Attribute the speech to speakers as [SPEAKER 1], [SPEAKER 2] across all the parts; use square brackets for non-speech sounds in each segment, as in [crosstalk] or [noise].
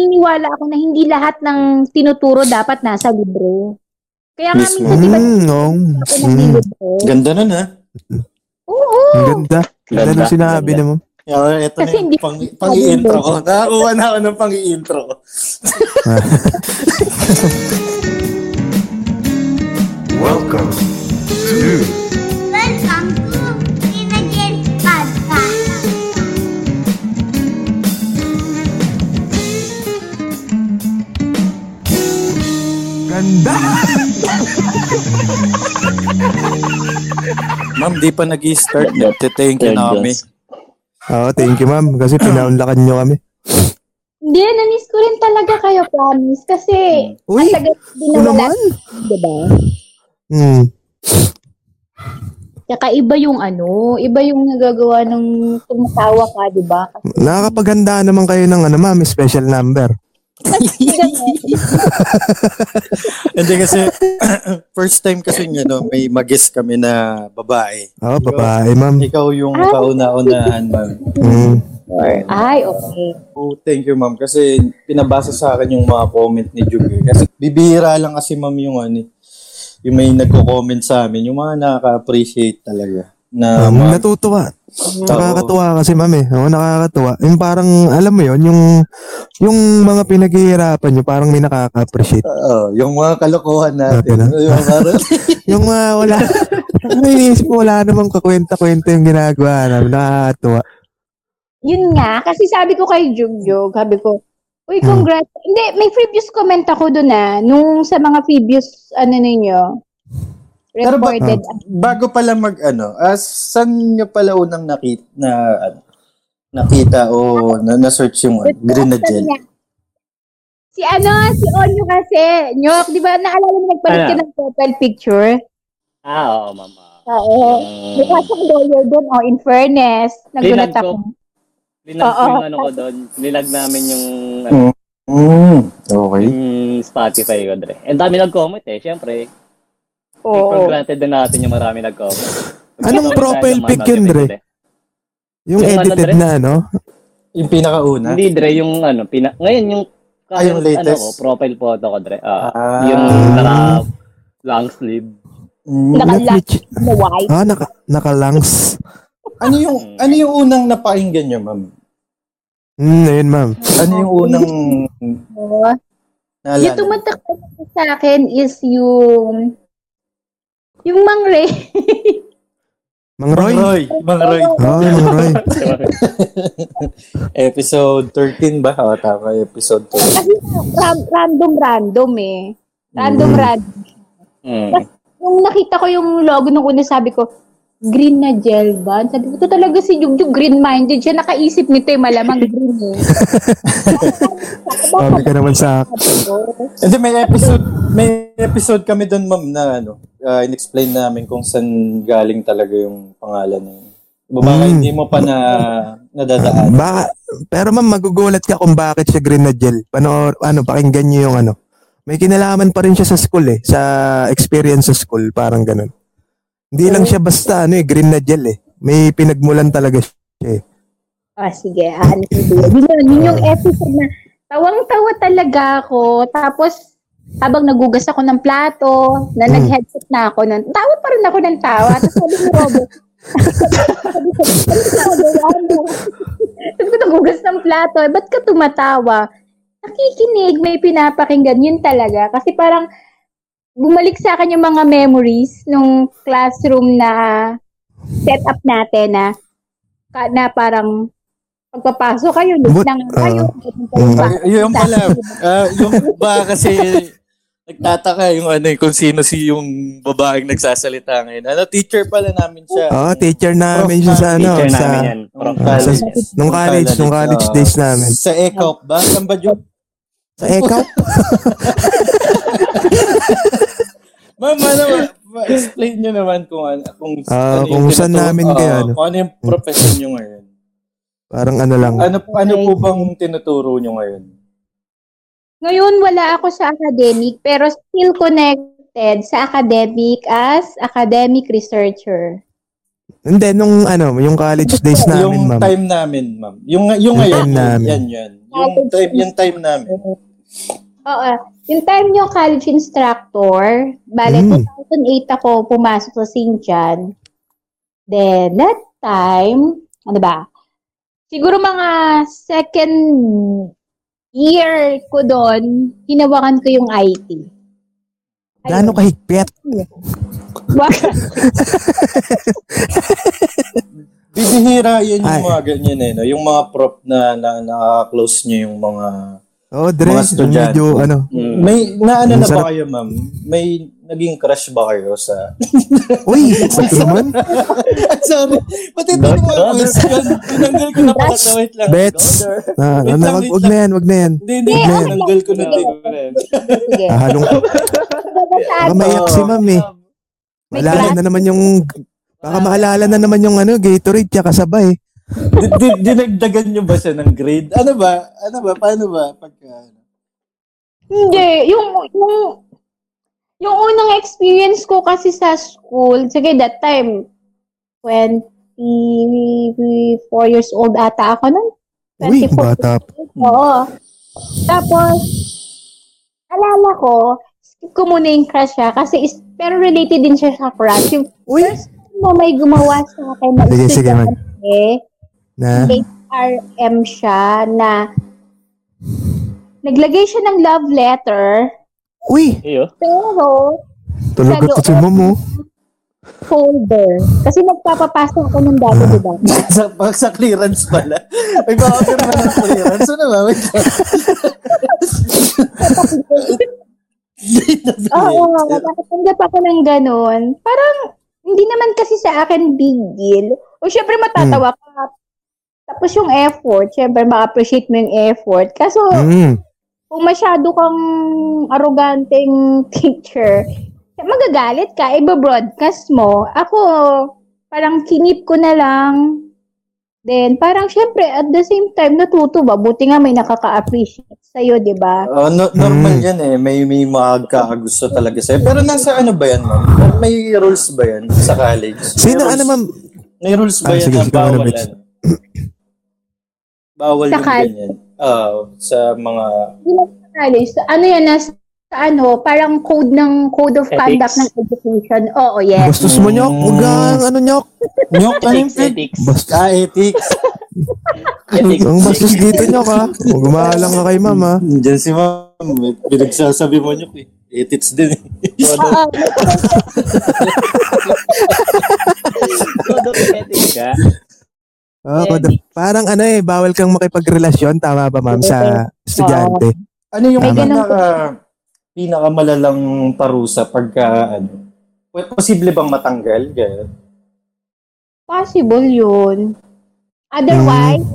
[SPEAKER 1] naniniwala ako na hindi lahat ng tinuturo dapat nasa libro. Kaya nga
[SPEAKER 2] Mismo.
[SPEAKER 1] minsan, di ba,
[SPEAKER 3] Mm, no.
[SPEAKER 1] ako ng
[SPEAKER 3] Mm.
[SPEAKER 1] libro?
[SPEAKER 2] Ganda nun, ha?
[SPEAKER 1] Oo!
[SPEAKER 3] Ang ganda. Ganda
[SPEAKER 2] Ganda,
[SPEAKER 3] ng sinabi
[SPEAKER 2] ganda.
[SPEAKER 3] na mo.
[SPEAKER 2] Yeah, ito
[SPEAKER 1] Kasi
[SPEAKER 2] na
[SPEAKER 1] hindi
[SPEAKER 2] yung pang,
[SPEAKER 1] ko
[SPEAKER 2] pang intro ko.
[SPEAKER 1] kabundok.
[SPEAKER 2] Nakakuha na ako ng pang intro ko.
[SPEAKER 4] Welcome to
[SPEAKER 5] Welcome to Pinagin Podcast.
[SPEAKER 3] Ganda!
[SPEAKER 2] Ma'am, di pa nag-start. Nagte-thank you na kami.
[SPEAKER 3] Oo, thank you ma'am. Kasi pinaunlakan nyo kami.
[SPEAKER 1] Hindi, namiss ko rin talaga kayo, promise. Kasi, ang
[SPEAKER 3] Uy!
[SPEAKER 1] tagal din
[SPEAKER 3] Ano
[SPEAKER 1] na wala,
[SPEAKER 3] naman?
[SPEAKER 1] di ba?
[SPEAKER 3] Hmm.
[SPEAKER 1] Tsaka iba yung ano, iba yung nagagawa nung tumatawa ka, di ba? Kasi
[SPEAKER 3] Nakakapaganda naman kayo ng ano ma'am, special number. [laughs]
[SPEAKER 1] ganun.
[SPEAKER 2] Hindi kasi, [coughs] first time kasi nga, no, may mag-guest kami na babae.
[SPEAKER 3] Oo, babae ma'am.
[SPEAKER 2] Ikaw yung
[SPEAKER 1] Ah.
[SPEAKER 2] kauna-unahan, ma'am.
[SPEAKER 3] Mm.
[SPEAKER 1] Ay, okay.
[SPEAKER 2] Oh, thank you, ma'am. Kasi pinabasa sa akin yung mga comment ni Jugi. Kasi bibihira lang kasi, ma'am, yung ano, eh, yung may nagko-comment sa amin. Yung mga nakaka-appreciate talaga. Na,
[SPEAKER 3] Um,
[SPEAKER 2] mga-
[SPEAKER 3] natutuwa.
[SPEAKER 2] Oo.
[SPEAKER 3] Nakakatuwa kasi ma'am eh. Oo, nakakatuwa. Yung parang, alam mo yon yung, yung mga pinaghihirapan nyo, parang may nakaka-appreciate.
[SPEAKER 2] Oo, yung mga kalokohan natin.
[SPEAKER 3] Natin, ah.
[SPEAKER 2] yung parang,
[SPEAKER 3] Yung mga wala, [laughs] ang iniisip ko, wala namang kakwenta-kwenta yung ginagawa namin. Nakakatuwa.
[SPEAKER 1] Yun nga, kasi sabi ko kay Jugjug, sabi ko, Uy,
[SPEAKER 3] Hmm.
[SPEAKER 1] congrats. Hindi, may previous comment ako doon na nung sa mga previous, ano ninyo,
[SPEAKER 2] Pero ba-
[SPEAKER 1] reported.
[SPEAKER 3] hmm.
[SPEAKER 2] bago pala mag, ano, as, saan nyo pala unang nakita, na, ano, nakita o na, na-search yung ano, Grenadine?
[SPEAKER 1] Si ano, si Onyo kasi, Nyok, di ba naalala mo nagpalit ka
[SPEAKER 6] Ano?
[SPEAKER 1] ng profile picture?
[SPEAKER 6] Ah, oo, ma'am.
[SPEAKER 1] Oo. May kasang lawyer doon, oh, in fairness, nagulat
[SPEAKER 6] Tinag ko.
[SPEAKER 1] ako.
[SPEAKER 6] Linag
[SPEAKER 1] Oo.
[SPEAKER 6] yung ano ko doon. Nilag namin yung, ano,
[SPEAKER 2] Mm. Mm, okay.
[SPEAKER 6] yung Spotify ko, Dre. Ang dami nag-comment eh, syempre. Take for
[SPEAKER 1] Oo.
[SPEAKER 6] granted na natin yung marami nag-comment.
[SPEAKER 3] Anong
[SPEAKER 6] Nag-comment
[SPEAKER 3] profile
[SPEAKER 6] tayo ng mga
[SPEAKER 3] pic yun, Dre?
[SPEAKER 6] nag-edit, eh.
[SPEAKER 3] Yung
[SPEAKER 6] Yung ano,
[SPEAKER 3] edited
[SPEAKER 6] Dre?
[SPEAKER 3] na, no?
[SPEAKER 2] Yung pinakauna?
[SPEAKER 6] Hindi, Dre, yung ano, pina... Ngayon, yung...
[SPEAKER 2] Ah, yung
[SPEAKER 6] current,
[SPEAKER 2] latest?
[SPEAKER 6] Ano, ko, profile photo ko, Dre. Ah,
[SPEAKER 2] Ah.
[SPEAKER 6] Yung naka long sleeve.
[SPEAKER 2] Mm.
[SPEAKER 1] Nakalak
[SPEAKER 3] Netflix.
[SPEAKER 1] na white.
[SPEAKER 3] Ah, naka, naka-lungs.
[SPEAKER 2] Ano yung, ano yung unang napakinggan nyo, ma'am?
[SPEAKER 3] Hmm, ayun ma'am.
[SPEAKER 2] Ano yung unang
[SPEAKER 1] mo.
[SPEAKER 2] naalala?
[SPEAKER 1] Yung tumatak sa akin is yung yung Mang Ray. [laughs]
[SPEAKER 3] Mang Roy.
[SPEAKER 2] Mang Roy. Mang Roy.
[SPEAKER 3] Oh, Mang Roy.
[SPEAKER 2] Episode 13 ba? O, tama. Episode 13.
[SPEAKER 1] Kasi ram- random random eh. Random random.
[SPEAKER 6] Mm.
[SPEAKER 1] Nung nakita ko yung logo nung una sabi ko, green na gel ba? Sabi ko, ito talaga si Jugjug green-minded. Siya nakaisip nito eh, malamang green eh.
[SPEAKER 3] Sabi ka naman sa akin.
[SPEAKER 2] Hindi, may episode, may episode kami doon, ma'am, na ano, ah, in-explain namin kung saan galing talaga yung pangalan ng Baka
[SPEAKER 3] Mm.
[SPEAKER 2] hindi mo pa na nadadaan.
[SPEAKER 3] Baka, pero ma'am, magugulat ka kung bakit siya grenadier. Pano, ano, pakinggan niyo yung ano. May kinalaman pa rin siya sa school eh. Sa experience sa school, parang ganun. Hindi lang siya basta ano eh, grenadier eh. May pinagmulan talaga siya eh.
[SPEAKER 1] Ah, sige. Ano yun? Yun, yun yung episode na tawang-tawa talaga ako. Tapos, habang nagugas ako ng plato, na nag-headset na ako, nun, tawa pa rin ako ng tawa. Tapos sabi ni Robert, [laughs] sabi ko, "Ano ginagawa mo?" sabi ko, nagugas ng plato, eh, ba't ka tumatawa? Nakikinig, may pinapakinggan, yun talaga. Kasi parang, bumalik sa akin yung mga memories nung classroom na setup natin na ka- na parang pagpapasok kayo,
[SPEAKER 3] But,
[SPEAKER 1] lang kayo.
[SPEAKER 3] mm.
[SPEAKER 2] Ay, yung pala, ah, yung ba kasi nagtataka yung ano, eh, kung sino si yung babaeng nagsasalita ngayon. Ano, teacher pala namin siya.
[SPEAKER 3] Oo, Ah, teacher namin siya sa ano.
[SPEAKER 6] Teacher
[SPEAKER 3] sa,
[SPEAKER 6] namin yan. From
[SPEAKER 3] sa-
[SPEAKER 2] college. Ah.
[SPEAKER 3] Nung college, nung college days namin.
[SPEAKER 2] Sa ECOP ba? Saan ba yun?
[SPEAKER 3] Sa ikaw?
[SPEAKER 2] Ma'am, ano ba? Ma-explain nyo naman kung ano. Kung,
[SPEAKER 3] Ah,
[SPEAKER 2] yung
[SPEAKER 3] kung saan
[SPEAKER 2] tinuturo-
[SPEAKER 3] namin
[SPEAKER 2] Oo,
[SPEAKER 3] kayo, ano?
[SPEAKER 2] Kung ano yung profession nyo ngayon.
[SPEAKER 3] Parang ano lang.
[SPEAKER 2] Ano, ano po bang tinuturo nyo ngayon?
[SPEAKER 1] [laughs] Ngayon, wala ako sa academic, pero still connected sa academic as academic researcher.
[SPEAKER 3] Hindi, nung ano, yung college days namin,
[SPEAKER 2] yung
[SPEAKER 3] ma'am.
[SPEAKER 2] time namin, ma'am. Yung, yung ngayon,
[SPEAKER 3] time namin.
[SPEAKER 2] yan, yan. Yung time, yung time namin.
[SPEAKER 1] Oo. Yung time nyo, college instructor, bale,
[SPEAKER 3] Mm.
[SPEAKER 1] 2008 ako pumasok sa St. John. Then, that time, ano ba, siguro mga second year ko doon, hinawakan ko yung IT.
[SPEAKER 3] Gaano kahigpit?
[SPEAKER 1] [laughs]
[SPEAKER 2] Bibihira yun yung
[SPEAKER 3] Ay.
[SPEAKER 2] mga ganyan eh. No? Yung mga prop na, na nakaklose nyo yung mga...
[SPEAKER 3] Oh, Dre,
[SPEAKER 2] Mga estudyante.
[SPEAKER 3] medyo ano.
[SPEAKER 6] Hmm.
[SPEAKER 2] May, naano
[SPEAKER 3] Ang
[SPEAKER 2] na ba
[SPEAKER 3] sarap.
[SPEAKER 2] kayo, ma'am? May naging crush ba kayo sa... [laughs]
[SPEAKER 3] Uy, sa naman.
[SPEAKER 2] Sorry. Ba't ito yung mga question? Tinanggal ko na pala. Wait lang.
[SPEAKER 3] Bets.
[SPEAKER 2] Brother.
[SPEAKER 3] Ah,
[SPEAKER 2] Wait
[SPEAKER 3] ano,
[SPEAKER 2] lang,
[SPEAKER 3] wag,
[SPEAKER 2] wait
[SPEAKER 3] wag na yan, wag na yan.
[SPEAKER 2] Hindi, hindi.
[SPEAKER 1] Hindi,
[SPEAKER 2] Tinanggal ko na din.
[SPEAKER 6] Ano
[SPEAKER 1] Sige.
[SPEAKER 3] Hahalong
[SPEAKER 2] [laughs]
[SPEAKER 3] ko. Ah, Baka maiyak si ma'am
[SPEAKER 1] May
[SPEAKER 3] eh. Maalala
[SPEAKER 1] class.
[SPEAKER 3] na naman yung... Baka maalala na naman yung ano, Gatorade tsaka sabay. eh.
[SPEAKER 2] Di- di- Dinagdagan nyo ba siya ng grade? Ano ba? Ano ba? Paano ba? Pagka...
[SPEAKER 1] Hindi, yung, yung, yung unang experience ko kasi sa school, sige, that time, 24 years old ata ako nun.
[SPEAKER 3] Uy,
[SPEAKER 1] 24
[SPEAKER 3] bata. pa.
[SPEAKER 1] Oo. Tapos, alala ko, skip ko muna yung crush siya kasi is, pero related din siya sa crush. Yung
[SPEAKER 3] Uy!
[SPEAKER 1] first time na may gumawa sa akin na
[SPEAKER 3] Sige, sige,
[SPEAKER 1] estudyante,
[SPEAKER 3] Na?
[SPEAKER 1] HRM siya na naglagay siya ng love letter
[SPEAKER 3] Uy!
[SPEAKER 6] Iyo.
[SPEAKER 1] pero
[SPEAKER 3] Tulog
[SPEAKER 1] Sa
[SPEAKER 3] at si
[SPEAKER 1] loob.
[SPEAKER 3] ma'am oh.
[SPEAKER 1] folder. Kasi nagpapapasa ako ng dati, diba? di ba?
[SPEAKER 2] sa, pag sa clearance pala. May mga firma ng clearance. Ano ba? Wait lang.
[SPEAKER 3] Ah,
[SPEAKER 1] Oo, nakatanggap ako ng ganun. Parang, hindi naman kasi sa akin big deal. O syempre matatawa ka. Tapos yung effort, syempre ma-appreciate mo yung effort. Kaso,
[SPEAKER 3] Mm.
[SPEAKER 1] kung masyado kang aroganteng teacher, magagalit ka, ibabroadcast mo. Ako, parang kinip ko na lang. Then, parang syempre, at the same time, natutuwa. Buti nga may nakaka-appreciate sa'yo, di ba?
[SPEAKER 2] Oh, no, normal
[SPEAKER 3] Mm.
[SPEAKER 2] yan eh. May, may magkakagusto talaga sa'yo. Pero nasa ano ba yan, ma'am? May rules ba yan sa college?
[SPEAKER 3] Sino,
[SPEAKER 2] May
[SPEAKER 3] ano
[SPEAKER 2] rules-
[SPEAKER 3] ma'am?
[SPEAKER 2] May rules ba
[SPEAKER 3] Ah,
[SPEAKER 2] yan
[SPEAKER 3] sige,
[SPEAKER 2] na
[SPEAKER 3] sige,
[SPEAKER 2] bawal?
[SPEAKER 3] Manobits.
[SPEAKER 2] ano? bawal
[SPEAKER 1] Sa
[SPEAKER 2] yung
[SPEAKER 1] college.
[SPEAKER 2] ganyan. Oo, sa mga...
[SPEAKER 1] Hindi lang sa college. So, ano yan, nasa sa ano, parang code ng code of
[SPEAKER 6] Ethics.
[SPEAKER 1] conduct ng education. Oo, yes.
[SPEAKER 3] Bastos mo nyok? Huwag kang ano nyok?
[SPEAKER 2] Nyok, ano yung
[SPEAKER 6] Ethics,
[SPEAKER 2] pig?
[SPEAKER 6] ethics.
[SPEAKER 3] Bastos.
[SPEAKER 2] [laughs] Ah, ethics.
[SPEAKER 6] Ethics.
[SPEAKER 3] Ang bastos dito nyok ha. Huwag umahalang ka kay ma'am ah. ha.
[SPEAKER 2] Diyan si ma'am. Pinagsasabi mo nyok eh. Ethics din eh.
[SPEAKER 1] Oo,
[SPEAKER 6] Todo ethics ah. ka.
[SPEAKER 3] Oo, kod- Oh, parang ano eh, bawal kang makipagrelasyon, tama ba ma'am, sa estudyante?
[SPEAKER 2] Ano yung
[SPEAKER 1] May
[SPEAKER 2] Tama.
[SPEAKER 1] ganun-
[SPEAKER 2] pinaka pinakamalalang parusa pagka ano? Well, posible bang matanggal? Ganun.
[SPEAKER 1] possible yun. Otherwise,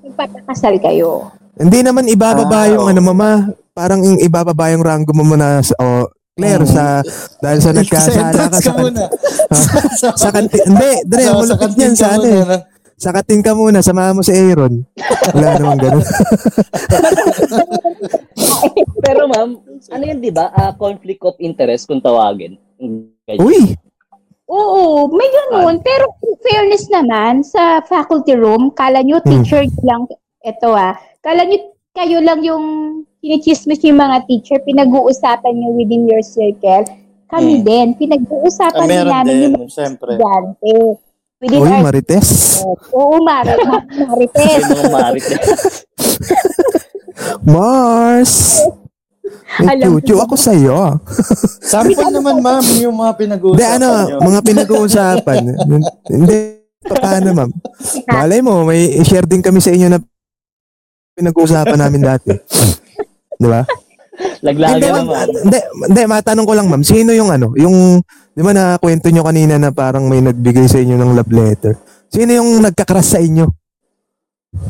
[SPEAKER 1] ipapakasal kayo.
[SPEAKER 3] Hindi naman ibababa
[SPEAKER 2] Ah, oo.
[SPEAKER 3] yung ano mama, parang yung ibababa yung rango mo muna sa, oh, Claire,
[SPEAKER 2] Mm.
[SPEAKER 3] sa, dahil
[SPEAKER 2] [laughs]
[SPEAKER 3] sa nagkasala ka sa, kan- sa kantin, hindi,
[SPEAKER 2] Sa-
[SPEAKER 3] Dre, ang
[SPEAKER 2] sa
[SPEAKER 3] malupit
[SPEAKER 2] kantin
[SPEAKER 3] niyan
[SPEAKER 2] ka
[SPEAKER 3] sa ano eh.
[SPEAKER 2] muna. Ah,
[SPEAKER 3] Sa kantin ka muna, samahan mo si Aaron. Wala namang
[SPEAKER 1] [laughs]
[SPEAKER 3] ganun.
[SPEAKER 6] [laughs] Pero ma'am, ano yan, di ba? Ah, conflict of interest kung tawagin. Ganyan.
[SPEAKER 3] Uy,
[SPEAKER 1] Oo, may ganun. Pero in fairness naman, sa faculty room, kala nyo
[SPEAKER 2] Hmm.
[SPEAKER 1] teacher lang, eto ah, kala nyo kayo lang yung kinichismis yung mga teacher, pinag-uusapan nyo within your circle. Kami
[SPEAKER 2] Mm.
[SPEAKER 1] din, pinag-uusapan
[SPEAKER 2] Ah,
[SPEAKER 1] din
[SPEAKER 2] meron
[SPEAKER 1] namin
[SPEAKER 2] din,
[SPEAKER 1] yung
[SPEAKER 2] siyempre.
[SPEAKER 1] estudyante. Within
[SPEAKER 3] uy,
[SPEAKER 1] our
[SPEAKER 3] Marites.
[SPEAKER 1] Oo,
[SPEAKER 2] [laughs]
[SPEAKER 1] Mari. Marites.
[SPEAKER 6] Yung mga marites.
[SPEAKER 3] Mars. May
[SPEAKER 1] Alam ko
[SPEAKER 3] chuchu ako sa'yo.
[SPEAKER 2] Sample naman, ma'am, yung mga
[SPEAKER 3] Hindi,
[SPEAKER 2] pinag-uusapan
[SPEAKER 3] ano,
[SPEAKER 2] nyo.
[SPEAKER 3] mga
[SPEAKER 2] [laughs]
[SPEAKER 3] pinag-uusapan. Hindi, paano ma'am? Malay mo, may share din kami sa inyo na pinag-uusapan namin dati. Di ba?
[SPEAKER 6] Laglaga
[SPEAKER 3] hindi, ma'am,
[SPEAKER 6] naman.
[SPEAKER 3] hindi, hindi, matanong ko lang ma'am, sino yung ano, yung, di ba nakakwento nyo kanina na parang may nagbigay sa inyo ng love letter? Sino yung nagkakras sa inyo?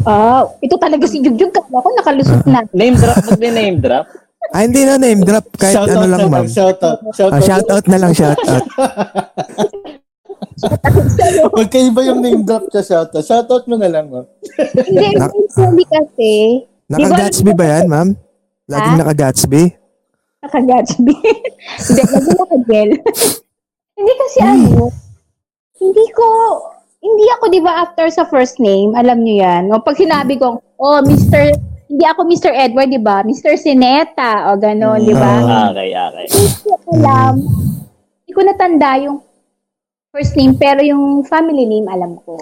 [SPEAKER 1] Ah, ito talaga si Jugjug. Kala ko nakalusot
[SPEAKER 2] [laughs]
[SPEAKER 1] na.
[SPEAKER 6] Name drop, mag-name drop.
[SPEAKER 3] Ah, hindi na name drop, kahit
[SPEAKER 2] Shoutout
[SPEAKER 3] ano
[SPEAKER 2] na
[SPEAKER 3] lang ma'am.
[SPEAKER 2] Shout out. Shout
[SPEAKER 3] Ah, shout out na lang, shout
[SPEAKER 2] [laughs]
[SPEAKER 3] out.
[SPEAKER 2] Magkaiba yung name drop siya, shout out. Shout out mo na lang, ma'am.
[SPEAKER 1] Hindi, eventually kasi,
[SPEAKER 3] Naka-Gatsby ba yan, ma'am? Laging
[SPEAKER 1] Ha?
[SPEAKER 3] naka-Gatsby?
[SPEAKER 1] [laughs] nakagatsby. Hindi, lagi nakagel. [laughs] hindi kasi ano, hindi ko, hindi ako, di ba, after sa first name, alam niyo yan. No? Pag sinabi kong, oh, Mr. Hindi ako Mr. Edward, di ba? Mr. Sineta, o gano'n, di ba?
[SPEAKER 3] Ah.
[SPEAKER 6] Okay, okay.
[SPEAKER 1] Hindi ko alam. Hindi ko natanda yung first name, pero yung family name alam ko.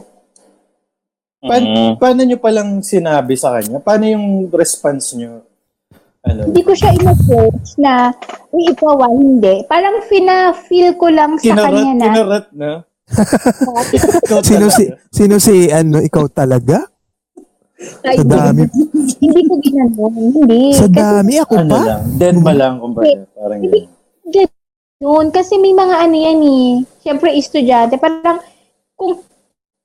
[SPEAKER 2] Pa-
[SPEAKER 6] Mm.
[SPEAKER 2] Paano nyo palang sinabi sa kanya? Paano yung response nyo? Ano?
[SPEAKER 1] Hindi ko siya in-approach na, uy, ikaw ah, hindi. Parang fina-feel ko lang sa
[SPEAKER 2] Kinarat,
[SPEAKER 1] kanya na.
[SPEAKER 2] kinarat na.
[SPEAKER 3] Sino si, sino si, ano, ikaw talaga?
[SPEAKER 1] Ay,
[SPEAKER 3] Sa dami.
[SPEAKER 1] Hindi ko ginanon. Hindi.
[SPEAKER 3] Sa
[SPEAKER 1] Kasi
[SPEAKER 3] dami, ako
[SPEAKER 2] Ano
[SPEAKER 3] pa?
[SPEAKER 2] lang? Dead ba lang? Kumbaga, parang yun.
[SPEAKER 1] Ganun. Kasi may mga ano yan eh. Siyempre, estudyante. Parang, kung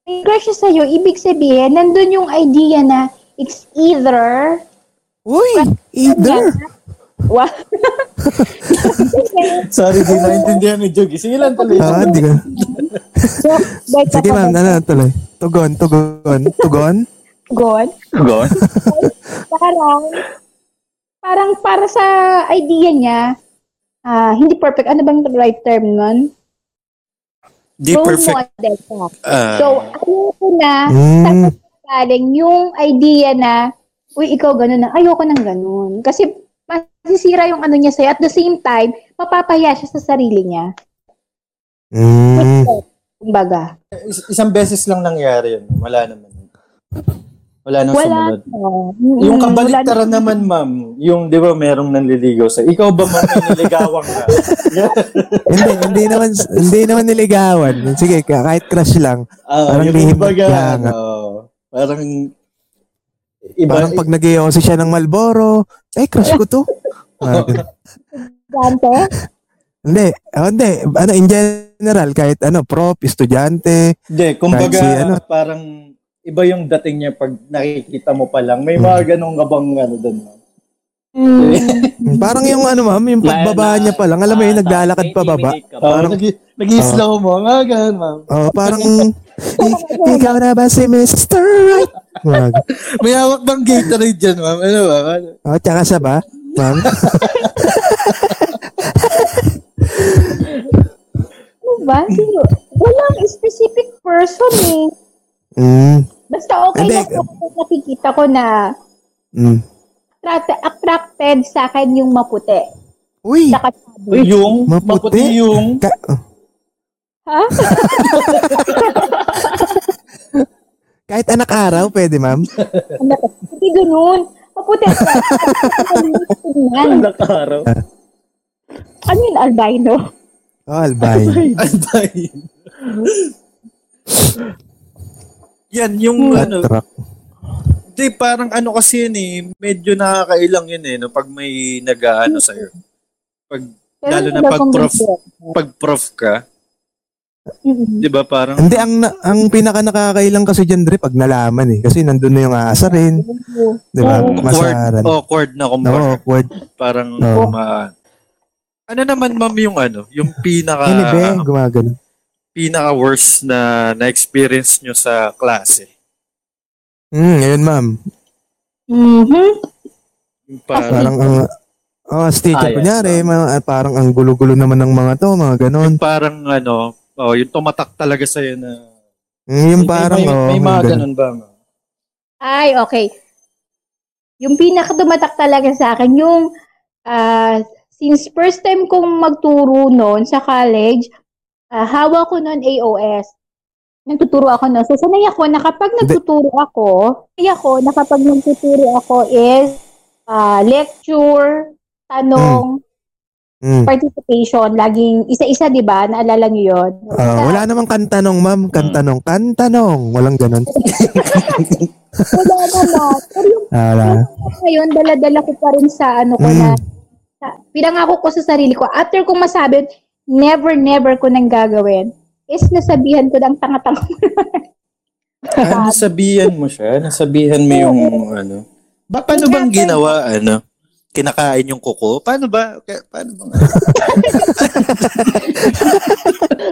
[SPEAKER 1] may crush siya sa'yo, ibig sabihin, nandun yung idea na it's either
[SPEAKER 3] Uy, either.
[SPEAKER 1] [laughs] Wow.
[SPEAKER 2] Sorry, di naintindihan ni Jogi. Sige lang tuloy.
[SPEAKER 3] Ah, di ko.
[SPEAKER 1] so, like,
[SPEAKER 3] Sige ma'am, ano tuloy? Tugon, tugon, tugon?
[SPEAKER 1] God,
[SPEAKER 6] Go.
[SPEAKER 1] parang, parang para sa idea niya, ah, hindi perfect. Ano bang right term nun?
[SPEAKER 2] Di
[SPEAKER 1] Role model siya.
[SPEAKER 2] Ah.
[SPEAKER 1] so, ayoko na,
[SPEAKER 3] Mm.
[SPEAKER 1] tapos galing yung idea na, uy, ikaw ganun na, ayoko nang ganun. Kasi, masisira yung ano niya sa'yo. At the same time, mapapahiya siya sa sarili niya.
[SPEAKER 3] Mm.
[SPEAKER 1] Kumbaga.
[SPEAKER 2] Is- isang beses lang nangyari yun. Wala naman. Wala nang
[SPEAKER 1] Wala. Hmm,
[SPEAKER 2] sumunod.
[SPEAKER 1] No.
[SPEAKER 2] Yung kabaliktaran naman, ma'am, yung di ba merong nanliligaw sa ikaw ba man nililigawan
[SPEAKER 1] [laughs]
[SPEAKER 2] ka?
[SPEAKER 3] hindi, hindi naman, hindi naman niligawan. Sige, ka- kahit crush lang.
[SPEAKER 2] Ah,
[SPEAKER 3] Parang
[SPEAKER 2] yung
[SPEAKER 3] lihim
[SPEAKER 2] kumbaga,
[SPEAKER 3] lang.
[SPEAKER 2] ano, parang iba,
[SPEAKER 3] Parang pag nag siya ng Malboro, eh, crush ko to. Ah, ganun.
[SPEAKER 1] Dante?
[SPEAKER 3] hindi, ah, hindi. Ano, in general, kahit ano, prop, estudyante.
[SPEAKER 2] Hindi, kumbaga,
[SPEAKER 3] Kahit si ano.
[SPEAKER 2] parang iba yung dating niya pag nakikita mo pa lang.
[SPEAKER 3] Hmm.
[SPEAKER 2] May mga ganong gabang ano doon.
[SPEAKER 3] Parang yung ano, ma'am, yung pagbaba niya pa lang. Alam mo
[SPEAKER 6] Ah,
[SPEAKER 3] yun, naglalakad pa baba.
[SPEAKER 2] Parang nag-i-slow Ah,
[SPEAKER 3] Ah.
[SPEAKER 2] mo. Nga ganun, ma'am.
[SPEAKER 3] Oh, parang, "Ik- ikaw na ba si Mr. Right? Wag.
[SPEAKER 2] May hawak bang Gatorade dyan, ma'am? Ano ba? Ano?
[SPEAKER 3] Oh, tsaka siya ba? Ma'am?
[SPEAKER 1] Ano ba? Sino? Walang specific person eh.
[SPEAKER 3] Mm.
[SPEAKER 1] Basta okay lang
[SPEAKER 3] Hindi.
[SPEAKER 2] eh.
[SPEAKER 1] po kung nakikita ko na
[SPEAKER 3] Mm.
[SPEAKER 1] attract- attracted sa akin yung maputi.
[SPEAKER 3] Uy!
[SPEAKER 2] Hmm.
[SPEAKER 1] Saka
[SPEAKER 2] Yung,
[SPEAKER 3] Maputi.
[SPEAKER 2] maputi
[SPEAKER 3] [laughs]
[SPEAKER 2] yung.
[SPEAKER 3] Ka- oh.
[SPEAKER 1] Ha?
[SPEAKER 3] [laughs] Kahit anak araw, pwede ma'am.
[SPEAKER 1] Ano ba? Hindi ganun. Maputi.
[SPEAKER 3] Ah.
[SPEAKER 1] Tingnan.
[SPEAKER 2] Nakaraw.
[SPEAKER 1] ano yun, albino?
[SPEAKER 3] Oh, albay.
[SPEAKER 2] Anday. Yan, yung ano,
[SPEAKER 3] Attract.
[SPEAKER 2] di parang ano kasi yun eh, medyo nakakailang yun eh, no, pag may nag-ano sa'yo. Pag,
[SPEAKER 1] Pero
[SPEAKER 2] Lalo na
[SPEAKER 1] iba
[SPEAKER 2] pag
[SPEAKER 1] kong
[SPEAKER 2] prof.
[SPEAKER 1] gusto.
[SPEAKER 2] pag prof ka,
[SPEAKER 1] Mm-mm.
[SPEAKER 2] di ba parang,
[SPEAKER 3] Hindi, ang, na- ang pinaka nakakailang kasi dyan, Dre, pag nalaman eh. Kasi nandun na yung aasa rin. Di ba?
[SPEAKER 1] Oo.
[SPEAKER 2] awkward,
[SPEAKER 3] Masaran.
[SPEAKER 2] awkward na
[SPEAKER 3] No,
[SPEAKER 2] kumbaga.
[SPEAKER 3] awkward.
[SPEAKER 2] Parang,
[SPEAKER 3] Oo.
[SPEAKER 2] ma- ano naman ma'am yung ano, yung pinaka,
[SPEAKER 3] Hindi, eh, be, gumagano.
[SPEAKER 2] pinaka worst na na-experience nyo sa klase?
[SPEAKER 3] Mm, ayun, ma'am.
[SPEAKER 1] Mhm.
[SPEAKER 2] Yung parang,
[SPEAKER 3] Ah, Parang ang... oh, as teacher,
[SPEAKER 2] Ah, yes,
[SPEAKER 3] kunyari, mga, ah, parang ang gulo-gulo naman ng mga to, mga ganon.
[SPEAKER 2] yung parang ano, oh, yung tumatak talaga sa'yo na,
[SPEAKER 3] Mm, yung parang,
[SPEAKER 2] may,
[SPEAKER 3] oh,
[SPEAKER 2] may, may mga
[SPEAKER 3] ganun.
[SPEAKER 2] ganun ba? ma'am?
[SPEAKER 1] Ay, okay. Yung pinakadumatak talaga sa akin, yung ah, since first time kong magturo noon sa college, ah, hawak ko noon AOS. Nagtuturo ako noon. So, sanay ako na kapag nagtuturo ako, sanay ako na kapag nagtuturo ako is ah, lecture, tanong,
[SPEAKER 2] Hmm.
[SPEAKER 3] Mm.
[SPEAKER 1] participation, laging isa-isa, di ba? Naalala niyo yun?
[SPEAKER 3] Ah, wala namang kantanong, ma'am. Kantanong. Kantanong. Walang ganon.
[SPEAKER 1] Wala naman.
[SPEAKER 2] [laughs]
[SPEAKER 1] Pero yung
[SPEAKER 3] Ah, Wala.
[SPEAKER 1] ngayon, dala-dala ko pa rin sa ano ko
[SPEAKER 3] Mm.
[SPEAKER 1] na, sa, pinangako ko sa sarili ko, after kong masabi, yun, never, never ko nang gagawin, is nasabihan ko na ang tanga-tanga.
[SPEAKER 2] Ah, nasabihan mo siya? Nasabihan mo yung ano? Ba, paano bang ginawa, ano? Kinakain yung kuko? Paano ba? Ka- Paano bang? ano? Pa-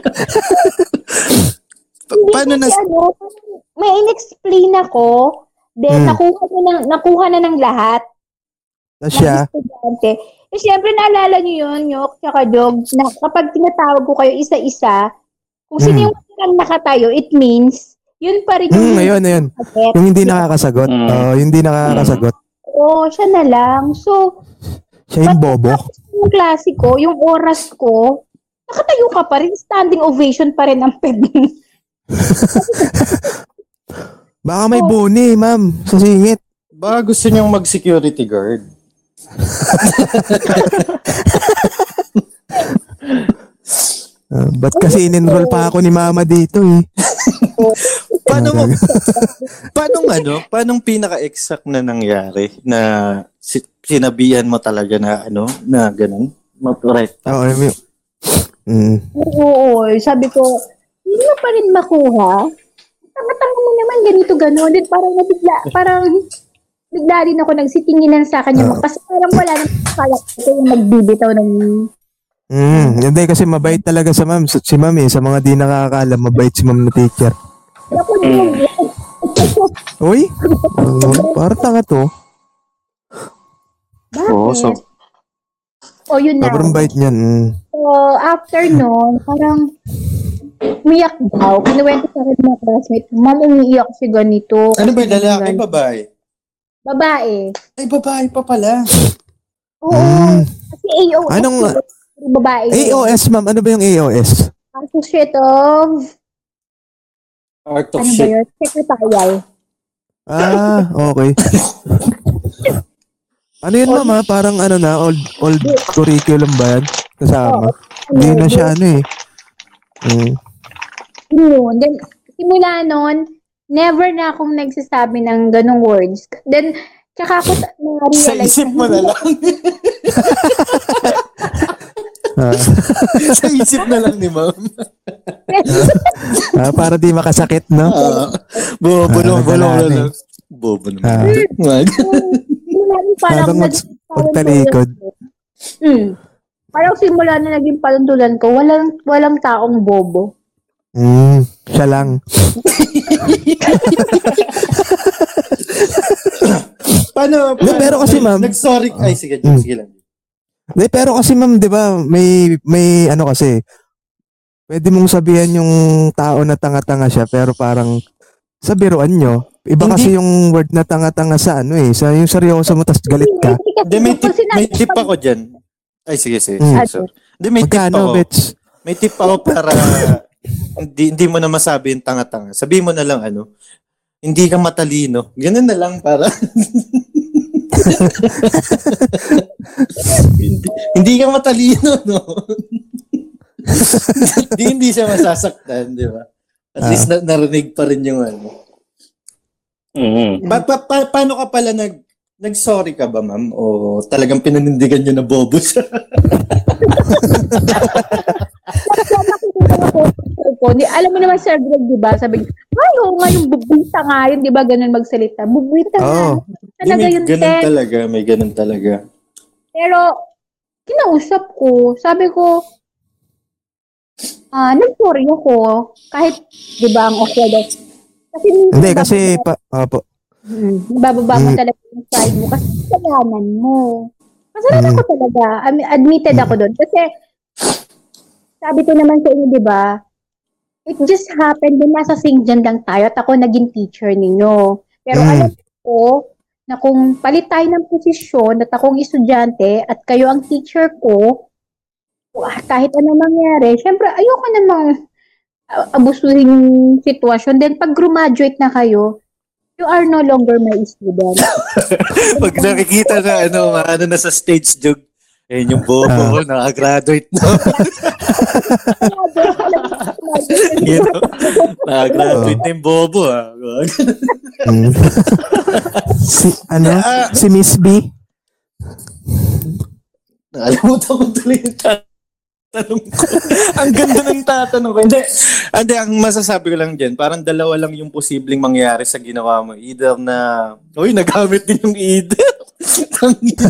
[SPEAKER 1] [laughs] Hindi
[SPEAKER 2] paano
[SPEAKER 1] kasi
[SPEAKER 2] na...
[SPEAKER 1] ano, parang may inexplain ako, then
[SPEAKER 3] Mm.
[SPEAKER 1] nakuha, na ng, nakuha na ng lahat
[SPEAKER 3] Tapos
[SPEAKER 1] ng
[SPEAKER 3] siya,
[SPEAKER 1] estudyante. Eh, syempre, naalala niyo yun, Nyok, tsaka Dog, na kapag tinatawag ko kayo isa-isa, kung sino
[SPEAKER 3] Mm.
[SPEAKER 1] yung walang nakatayo, it means, yun pa rin
[SPEAKER 3] mm,
[SPEAKER 1] yung
[SPEAKER 3] ayun, ayun. Yung hindi nakakasagot.
[SPEAKER 6] Mm.
[SPEAKER 3] Oo, yung hindi nakakasagot.
[SPEAKER 1] Oo, siya na lang. So,
[SPEAKER 3] Siya yung bobo.
[SPEAKER 1] yung klase ko, yung oras ko, nakatayo ka pa rin, standing ovation pa rin ang ped.
[SPEAKER 3] Baka may bone, ma'am. Sa singit.
[SPEAKER 2] Baka gusto niyang mag-security guard.
[SPEAKER 3] Ah, ba't kasi in-enroll pa ako ni mama dito eh?
[SPEAKER 2] Paano mo, [laughs] paano ano, paano pinaka-exact na nangyari na si- sinabihan mo talaga na ano, na ganun? Correct.
[SPEAKER 3] Oo, alam mo yun. Mm.
[SPEAKER 1] [laughs] Oo, eh. sabi ko, hindi mo pa rin makuha. Tanga-tanga mo naman, ganito, gano'n. Then parang nabigla, parang bigla rin ako nagsitinginan sa kanya.
[SPEAKER 3] Ah.
[SPEAKER 1] Kasi parang wala nang kala ko yung magbibitaw ng...
[SPEAKER 3] Mm. Hindi kasi mabait talaga sa ma'am. Sa- Si ma'am eh, sa mga di nakakaalam, mabait si ma'am na teacher.
[SPEAKER 1] Ako
[SPEAKER 3] Mm.
[SPEAKER 1] yung...
[SPEAKER 3] Uy! Parang parang tanga to.
[SPEAKER 2] Oo, so,
[SPEAKER 1] O yun na.
[SPEAKER 3] Sobrang bait niyan. Mm.
[SPEAKER 1] So, after nun, parang umiyak daw. Kinuwento sa akin ng mga classmate, ma'am, umiiyak si ganito.
[SPEAKER 2] ano ba,
[SPEAKER 1] Kasi
[SPEAKER 2] lalaki,
[SPEAKER 1] ganyan."
[SPEAKER 2] babae?
[SPEAKER 1] Babae.
[SPEAKER 2] Ay, babae pa pala.
[SPEAKER 1] Oo.
[SPEAKER 2] Hmm.
[SPEAKER 3] Mm.
[SPEAKER 1] Kasi AOS.
[SPEAKER 3] Anong-
[SPEAKER 1] yun. Babae. yun.
[SPEAKER 3] AOS, ma'am. Ano ba yung AOS?
[SPEAKER 1] Associate of,
[SPEAKER 2] Art of
[SPEAKER 1] ano ba
[SPEAKER 2] shit.
[SPEAKER 1] yun? Secretarial.
[SPEAKER 3] Ah, okay. ano yun, ma'am? ah? Parang ano na, old, old curriculum ba yan? Kasama. Hindi na siya ano eh. Mm.
[SPEAKER 1] Yun. Then, simula nun, never na akong nagsasabi ng ganong words. Then, tsaka ako ta-
[SPEAKER 2] Sa
[SPEAKER 1] na-realize.
[SPEAKER 2] isip mo
[SPEAKER 1] [laughs]
[SPEAKER 2] [laughs] na lang.
[SPEAKER 3] Ah,
[SPEAKER 2] Sa isip na lang ni ma'am.
[SPEAKER 3] ah, para di makasakit, no?
[SPEAKER 2] Ah, bubulong,
[SPEAKER 3] Ah,
[SPEAKER 2] bulong na
[SPEAKER 3] lalaki.
[SPEAKER 2] lang. Bobo
[SPEAKER 3] Ah.
[SPEAKER 2] naman. Wag.
[SPEAKER 1] simula nun parang
[SPEAKER 3] Habang mag- magtalikod.
[SPEAKER 1] Mm. Parang simula na naging paluntulan ko, walang walang taong bobo.
[SPEAKER 3] Mm, siya lang.
[SPEAKER 2] Paano?
[SPEAKER 3] No, pero kasi, ma'am-
[SPEAKER 2] Nag-sorry. Ah. Ay, sige,
[SPEAKER 3] Mm.
[SPEAKER 2] sige lang.
[SPEAKER 3] De, pero kasi ma'am, 'di ba, may may ano kasi pwede mong sabihan yung tao na tanga-tanga siya pero parang sa biruan nyo, iba kasi yung word na tanga-tanga sa ano eh, sa yung seryoso mo tas galit ka.
[SPEAKER 1] Hindi kasi
[SPEAKER 2] Hindi, may
[SPEAKER 1] kapag
[SPEAKER 2] tip, may
[SPEAKER 1] sinabi-
[SPEAKER 2] tip ako dyan. Ay, sige, sige.
[SPEAKER 3] Mm.
[SPEAKER 2] sige, sorry. Hindi, may tip
[SPEAKER 3] Magkano,
[SPEAKER 2] ako.
[SPEAKER 3] bets?
[SPEAKER 2] May tip ako para hindi, hindi mo na masabi yung tanga-tanga. Sabihin mo na lang, ano, hindi ka matalino. Ganun na lang para. [laughs] hindi, hindi ka matalino, no? [laughs] hindi, hindi siya masasaktan, di ba? At least na, narinig pa rin yung ano.
[SPEAKER 6] Mhm.
[SPEAKER 2] Pa, pa, pa- paano ka pala nag nag-sorry ka ba, ma'am? O talagang pinanindigan niyo na bobo siya?
[SPEAKER 1] Kaya nakikita ako, ko, di, alam mo naman Sir Greg, di ba? Sabi niya, ay, oo nga, yung bubwita nga yun, di ba? Ganun magsalita. Bubwita nga.
[SPEAKER 3] Oo.
[SPEAKER 1] Talaga
[SPEAKER 2] Hindi, may
[SPEAKER 1] yung
[SPEAKER 2] ganun
[SPEAKER 1] text.
[SPEAKER 2] talaga, may ganun talaga.
[SPEAKER 1] Pero, kinausap ko, sabi ko, ah, nag-sorry ako. Kahit, di ba, ang okay daw. Kasi, minsan
[SPEAKER 3] Hindi
[SPEAKER 1] bababa-
[SPEAKER 3] kasi pa, opo.
[SPEAKER 1] Mm, bababa mo
[SPEAKER 3] Mm.
[SPEAKER 1] talaga yung pride mo kasi kasalanan mo. Kasalanan
[SPEAKER 3] Mm.
[SPEAKER 1] ko talaga. Am- Admitted ako doon. Kasi, sabi ko naman sa inyo, di ba, it just happened din nasa Singjan lang tayo at ako naging teacher ninyo. Pero
[SPEAKER 3] Mm.
[SPEAKER 1] alam ko na kung palit tayo ng posisyon at akong estudyante at kayo ang teacher ko, wah, kahit ano mangyari, syempre ayoko namang ah, abusuhin yung sitwasyon. Then pag graduate na kayo, you are no longer my student.
[SPEAKER 3] [laughs]
[SPEAKER 2] Pag nakikita na ano, ano na sa stage jog, eh yung bobo
[SPEAKER 3] Ah.
[SPEAKER 2] ko nakagraduate na. [laughs] you know? Nakagraduate na yung bobo ah.
[SPEAKER 3] Mm. [laughs] si ano? Si Miss B.
[SPEAKER 2] Nakalimutan ko tuloy yung tatanong ko. [laughs] ang ganda ng tatanong ko. Hindi, hindi, ang masasabi ko lang dyan, parang dalawa lang yung posibleng mangyari sa ginawa mo. Either na, uy, nagamit din yung either. [laughs] Tangina.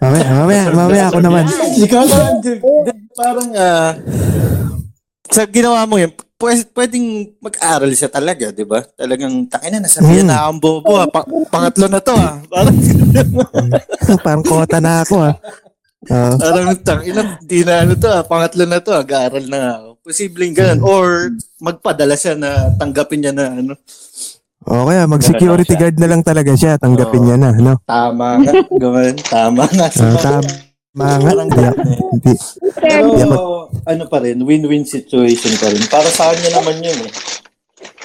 [SPEAKER 3] Mamaya, mamaya, mamaya ako naman.
[SPEAKER 2] [laughs] Ikaw lang. Oh. Parang, ah, sa ginawa mo yun, pwes- pwedeng mag-aral siya talaga, di ba? Talagang, tangina, nasabihan
[SPEAKER 3] Mm.
[SPEAKER 2] na akong bobo, ha? Pa- pangatlo na to, ha? Parang, [laughs]
[SPEAKER 3] Parang kota na ako ah. Oo.
[SPEAKER 2] parang tangina, di na ano to, ha? Pangatlo na to, ha? Gaaral na nga ako. Posibleng ganun. Or, magpadala siya na tanggapin niya na, ano,
[SPEAKER 3] O kaya ah.
[SPEAKER 2] Ganun lang
[SPEAKER 3] mag-security
[SPEAKER 2] siya.
[SPEAKER 3] guard na lang talaga siya, tanggapin
[SPEAKER 2] Oo.
[SPEAKER 3] niya na, no?
[SPEAKER 2] Tama nga. Gawin. Tama nga.
[SPEAKER 3] Ah, tama nga.
[SPEAKER 2] Parang
[SPEAKER 3] Hindi,
[SPEAKER 2] ganun eh.
[SPEAKER 3] hindi.
[SPEAKER 2] Pero ano pa rin, win-win situation pa rin. Para sa kanya naman yun eh.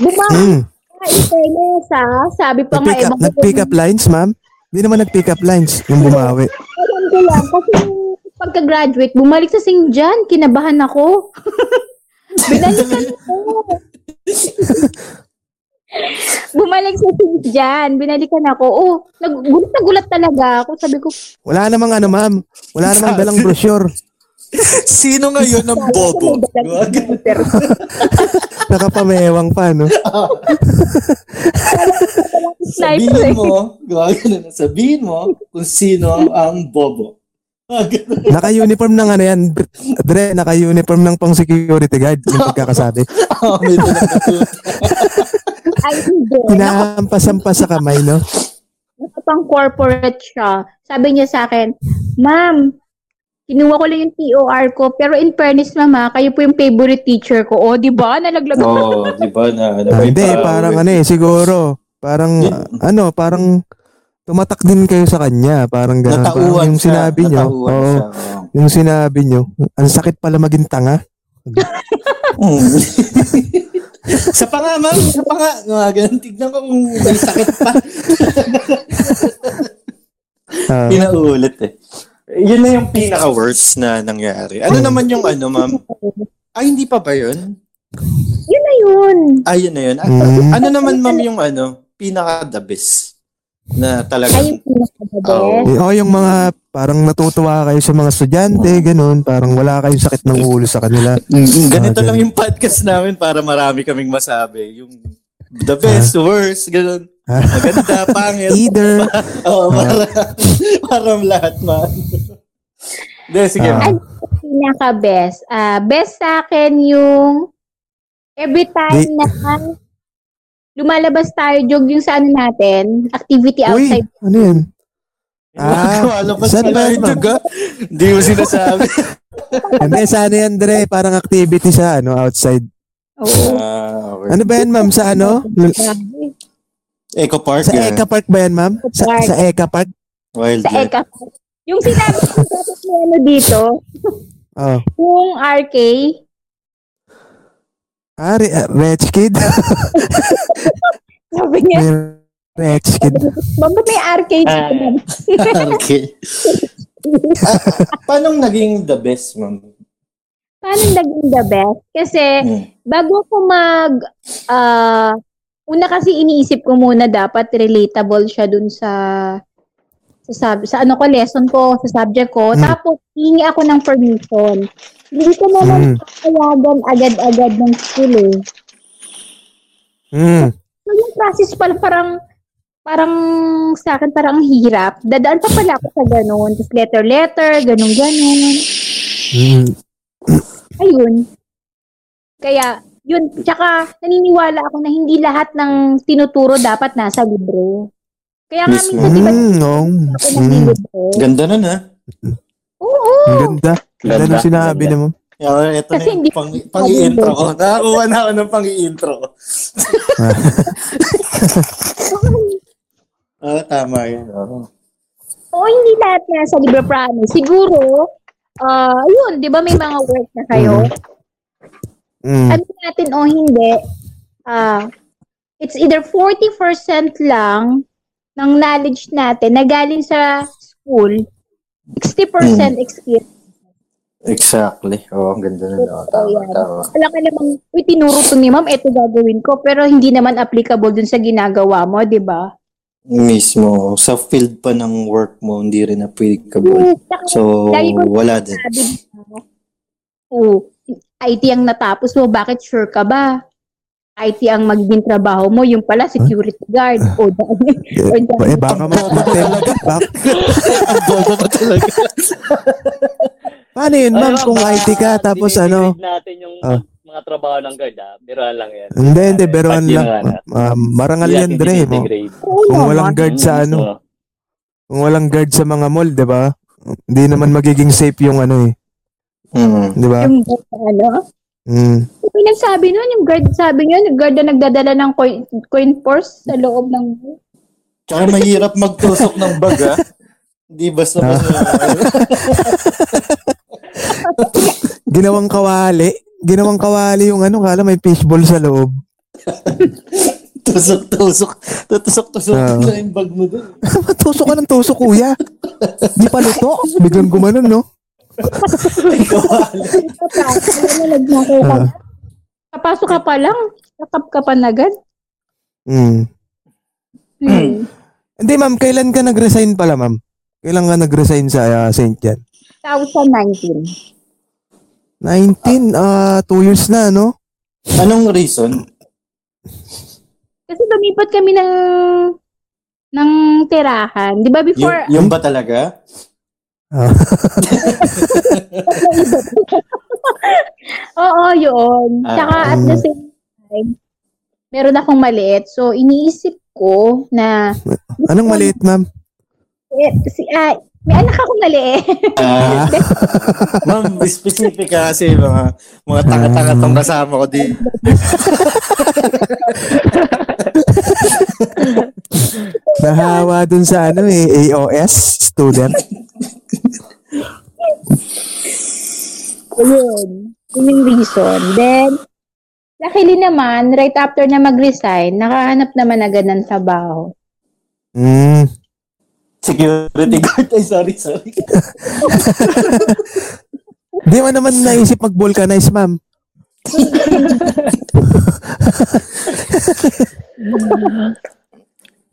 [SPEAKER 1] Bumakas
[SPEAKER 3] Mm.
[SPEAKER 1] ka, Itenes, ha? Sabi pa nga, eh,
[SPEAKER 3] Nag-pick up,
[SPEAKER 1] ibang
[SPEAKER 3] nag-pick up lines, ma'am? Hindi naman nag-pick up lines yung bumawi.
[SPEAKER 1] Alam ko lang, kasi yung pagka-graduate, bumalik sa St. John, kinabahan
[SPEAKER 2] [laughs]
[SPEAKER 1] ako. Binalikan ako. bumalik sa St. John, binalikan ako. Oh, nag- gulat na gulat talaga ako. Sabi ko,
[SPEAKER 3] Wala namang ano, ma'am. Wala namang dalang brochure.
[SPEAKER 2] Sino ngayon ang bobo?
[SPEAKER 3] Nakapamewang pa, no?
[SPEAKER 2] sabihin mo, gawa ganun, sabihin mo kung sino ang bobo. Ah, ganun.
[SPEAKER 3] Naka-uniform ng ano yan. Dre, naka-uniform ng pang security guard. Yung pagkakasabi.
[SPEAKER 2] Ah, may pinakatuto.
[SPEAKER 1] ay hindi.
[SPEAKER 3] Hinahampas-hampas sa kamay, no?
[SPEAKER 1] pang corporate siya. Sabi niya sa akin, Ma'am, kinuha ko lang yung TOR ko, pero in fairness, mama, kayo po yung favorite teacher ko. O, di ba? Nalaglag ako.
[SPEAKER 2] Oo, di ba na? Ano
[SPEAKER 3] Ah,
[SPEAKER 2] ba yung
[SPEAKER 3] hindi,
[SPEAKER 2] tao,
[SPEAKER 3] parang
[SPEAKER 2] eh?
[SPEAKER 3] ano eh, siguro. Parang,
[SPEAKER 2] Yun.
[SPEAKER 3] ano, parang tumatak din kayo sa kanya. Parang gano'n.
[SPEAKER 2] Natauhan
[SPEAKER 3] Parang yung
[SPEAKER 2] siya,
[SPEAKER 3] sinabi nyo.
[SPEAKER 2] natauhan
[SPEAKER 3] Oo,
[SPEAKER 2] siya,
[SPEAKER 3] yung sinabi nyo. Ang sakit pala maging tanga.
[SPEAKER 2] oo. Mm. [laughs] sa pa nga, ma'am. Sa pa nga. Mga ganun. Tignan ko kung may sakit pa.
[SPEAKER 3] Ah,
[SPEAKER 2] [laughs] Pinaulit eh. Yun na yung pinaka-worst na nangyari.
[SPEAKER 3] Hmm.
[SPEAKER 2] Ano naman yung ano, ma'am? Ay, hindi pa ba yun?
[SPEAKER 1] Yun na yun.
[SPEAKER 2] Ayun na yun. Ah,
[SPEAKER 3] Mm.
[SPEAKER 2] Ano naman ma'am yung ano, pinaka-the best na talaga.
[SPEAKER 1] Ay, yung
[SPEAKER 2] Ah,
[SPEAKER 1] pinakababes.
[SPEAKER 3] eh, oh, yung mga parang natutuwa kayo sa mga estudyante, ganun. Parang wala kayong sakit ng ulo sa kanila.
[SPEAKER 2] Ganito
[SPEAKER 3] Ah,
[SPEAKER 2] lang yung podcast namin para marami kaming masabi. Yung the best, worst, ganun.
[SPEAKER 3] Ah.
[SPEAKER 2] Maganda, pangit.
[SPEAKER 3] Either.
[SPEAKER 2] Oo, para, para lahat man. De, sige.
[SPEAKER 3] Ah.
[SPEAKER 2] ma'am.
[SPEAKER 1] Pinaka-best. Ah, best sa akin yung every time
[SPEAKER 3] Di-
[SPEAKER 1] na lumalabas tayo, jog yung sa ano natin, activity
[SPEAKER 3] Uy,
[SPEAKER 1] outside.
[SPEAKER 3] ano yan? Ah,
[SPEAKER 2] Ah, alam pa
[SPEAKER 3] saan ba
[SPEAKER 2] sila
[SPEAKER 3] yun, ma'am?
[SPEAKER 2] yung ga? Hindi mo sinasabi.
[SPEAKER 3] Hindi, sana yan, Dre. Parang activity sa ano, outside. Oh.
[SPEAKER 1] Oo.
[SPEAKER 2] ah, okay.
[SPEAKER 3] Ano ba yan, ma'am? Sa ano?
[SPEAKER 1] Grabe.
[SPEAKER 2] Eco Park.
[SPEAKER 3] Sa
[SPEAKER 2] ganun.
[SPEAKER 3] Eka Park ba yan, ma'am? Sa, sa Eka Park?
[SPEAKER 2] Wild
[SPEAKER 1] Sa
[SPEAKER 2] life.
[SPEAKER 1] Eka. Yung sinabi ko dapat may ano dito,
[SPEAKER 3] Oh.
[SPEAKER 1] yung RK,
[SPEAKER 3] Ah, re- ah, Rich
[SPEAKER 1] [laughs]
[SPEAKER 3] Kid?
[SPEAKER 1] sabi niya,
[SPEAKER 3] May Rich Kid.
[SPEAKER 1] Ma'am, ba't may RK
[SPEAKER 6] Ah.
[SPEAKER 1] dito?
[SPEAKER 2] okay. eh. ah, paano naging the best, ma'am?
[SPEAKER 1] Paano naging the best? Kasi
[SPEAKER 2] Hmm.
[SPEAKER 1] bago ko mag, ah, una kasi iniisip ko muna dapat relatable siya dun sa sa, sub, sa ano ko, lesson ko, sa subject ko.
[SPEAKER 3] Mm.
[SPEAKER 1] Tapos, hingi ako ng permission. Hindi ko naman
[SPEAKER 3] Mm.
[SPEAKER 1] kayagan agad-agad ng school eh.
[SPEAKER 3] Mm.
[SPEAKER 1] So, yung process pala parang parang sa akin parang ang hirap. Dadaan pa pala ako sa ganun. Tapos letter-letter, ganun-ganun.
[SPEAKER 3] Mm.
[SPEAKER 1] Ayun. Kaya, yun. Tsaka, naniniwala ako na hindi lahat ng tinuturo dapat nasa libro. Kaya nga
[SPEAKER 2] Mismo.
[SPEAKER 1] minsan, di ba,
[SPEAKER 3] Mm. Oh.
[SPEAKER 1] ako ng
[SPEAKER 3] Mm.
[SPEAKER 1] libro?
[SPEAKER 2] Ganda nun, ah. ha?
[SPEAKER 1] Oo.
[SPEAKER 3] Ang ganda. Ganda
[SPEAKER 6] Ganda,
[SPEAKER 3] ng sinabi
[SPEAKER 6] ganda.
[SPEAKER 3] naman.
[SPEAKER 2] Yeah, ito
[SPEAKER 1] Kasi
[SPEAKER 2] na
[SPEAKER 1] hindi-
[SPEAKER 2] yung pang, pang-i-intro ko. Nakakuha na ako ng pang-i-intro ko. Ah, tama yun. oo.
[SPEAKER 1] [laughs] Oo, hindi lahat nasa libro, promise. Siguro, ah, yun, di ba may mga work na kayo?
[SPEAKER 3] Mm-hmm. Mm.
[SPEAKER 1] ano natin o hindi, ah, it's either 40% lang ng knowledge natin na galing sa school, 60%
[SPEAKER 3] Mm.
[SPEAKER 1] experience.
[SPEAKER 2] Exactly. Oo, ang ganda nun. Oo, tama,
[SPEAKER 1] Ayan.
[SPEAKER 2] tama.
[SPEAKER 1] Wala ka namang, uy, tinuro to ni ma'am, eto gagawin ko, pero hindi naman applicable dun sa ginagawa mo, di ba?
[SPEAKER 2] Mismo. Sa field pa ng work mo, hindi rin applicable.
[SPEAKER 3] Hmm.
[SPEAKER 1] Mm, tsaka
[SPEAKER 2] So,
[SPEAKER 1] Dahil kung
[SPEAKER 2] wala din.
[SPEAKER 1] sabi mo, oh, IT ang natapos mo, bakit sure ka ba? IT ang magiging trabaho mo, yung pala security
[SPEAKER 3] [laughs]
[SPEAKER 1] guard. O, dahil, o, dahil-
[SPEAKER 3] Eh, baka mapatay. Bak
[SPEAKER 2] [laughs] Ang bobo ko talaga.
[SPEAKER 3] Paano yun, ma'am?
[SPEAKER 6] Ayun,
[SPEAKER 3] Kung
[SPEAKER 6] baka
[SPEAKER 3] IT ka, tapos ano?
[SPEAKER 6] dinidinig natin yung
[SPEAKER 3] Ah.
[SPEAKER 6] mga trabaho ng guard, ah. Biruan lang yan.
[SPEAKER 3] Hindi, hindi. Beruan
[SPEAKER 6] Pati yung
[SPEAKER 3] lang.
[SPEAKER 6] ano,
[SPEAKER 3] Ah, marangal
[SPEAKER 6] hindi
[SPEAKER 3] yan,
[SPEAKER 6] natin
[SPEAKER 3] Dre.
[SPEAKER 6] Mm-hmm.
[SPEAKER 3] Mo.
[SPEAKER 6] dinidegrade.
[SPEAKER 1] Oo
[SPEAKER 3] Kung
[SPEAKER 1] naman.
[SPEAKER 3] walang guard sa ano,
[SPEAKER 6] So,
[SPEAKER 3] kung walang guard sa mga mall, di ba? Hindi naman magiging safe yung ano eh.
[SPEAKER 2] Mm.
[SPEAKER 3] Di ba?
[SPEAKER 1] Yung ano?
[SPEAKER 3] Mm.
[SPEAKER 1] Uy, yung nagsabi nun, yung guard sabi niya, yung guard na nagdadala ng coin, coin purse sa loob ng
[SPEAKER 3] [laughs]
[SPEAKER 2] Tsaka mahirap magtusok ng baga. Hindi [laughs] basta basta.
[SPEAKER 3] Ginawang kawali. Ginawang kawali yung ano, kala may fishball sa loob.
[SPEAKER 2] tusok-tusok. Tutusok-tusok
[SPEAKER 3] Oo.
[SPEAKER 2] na yung bag mo dun.
[SPEAKER 3] Tusok ka ng tusok, kuya. Di pa luto. Biglang gumanon, no?
[SPEAKER 1] Kapasok ka ano na, nagnakaw ka
[SPEAKER 3] Ah.
[SPEAKER 1] na. Kapasok ka pa lang, kakap ka pa na agad.
[SPEAKER 3] Hmm.
[SPEAKER 1] [clears throat] Hmm.
[SPEAKER 3] Hindi, ma'am. Kailan ka nag-resign pala, ma'am? Kailan ka nag-resign sa ah, St. John?
[SPEAKER 1] 2019.
[SPEAKER 3] 19, ah, 2 years na, no?
[SPEAKER 2] Anong reason?
[SPEAKER 1] Kasi lumipat kami ng ng tirahan. Di ba
[SPEAKER 2] Yung,
[SPEAKER 1] before,
[SPEAKER 2] yung ba talaga?
[SPEAKER 3] Ah.
[SPEAKER 1] oo, yun.
[SPEAKER 2] Ah.
[SPEAKER 1] Tsaka at the same time, meron akong maliit. So, iniisip ko na,
[SPEAKER 3] Anong maliit, ma'am?
[SPEAKER 1] eh, si, ah, may anak akong maliit. [laughs]
[SPEAKER 2] Ah, ma'am, specific ka kasi mga, mga tanga-tanga tong kasama ko di.
[SPEAKER 3] Nahawa dun sa ano eh, AOS student.
[SPEAKER 1] So, yun. Yun yung reason. Then, luckily naman, right after na mag-resign, nakahanap naman agad ng trabaho.
[SPEAKER 3] Mm.
[SPEAKER 2] Security guard. Ay, sorry, sorry.
[SPEAKER 3] Di mo naman naisip mag-vulcanize, ma'am.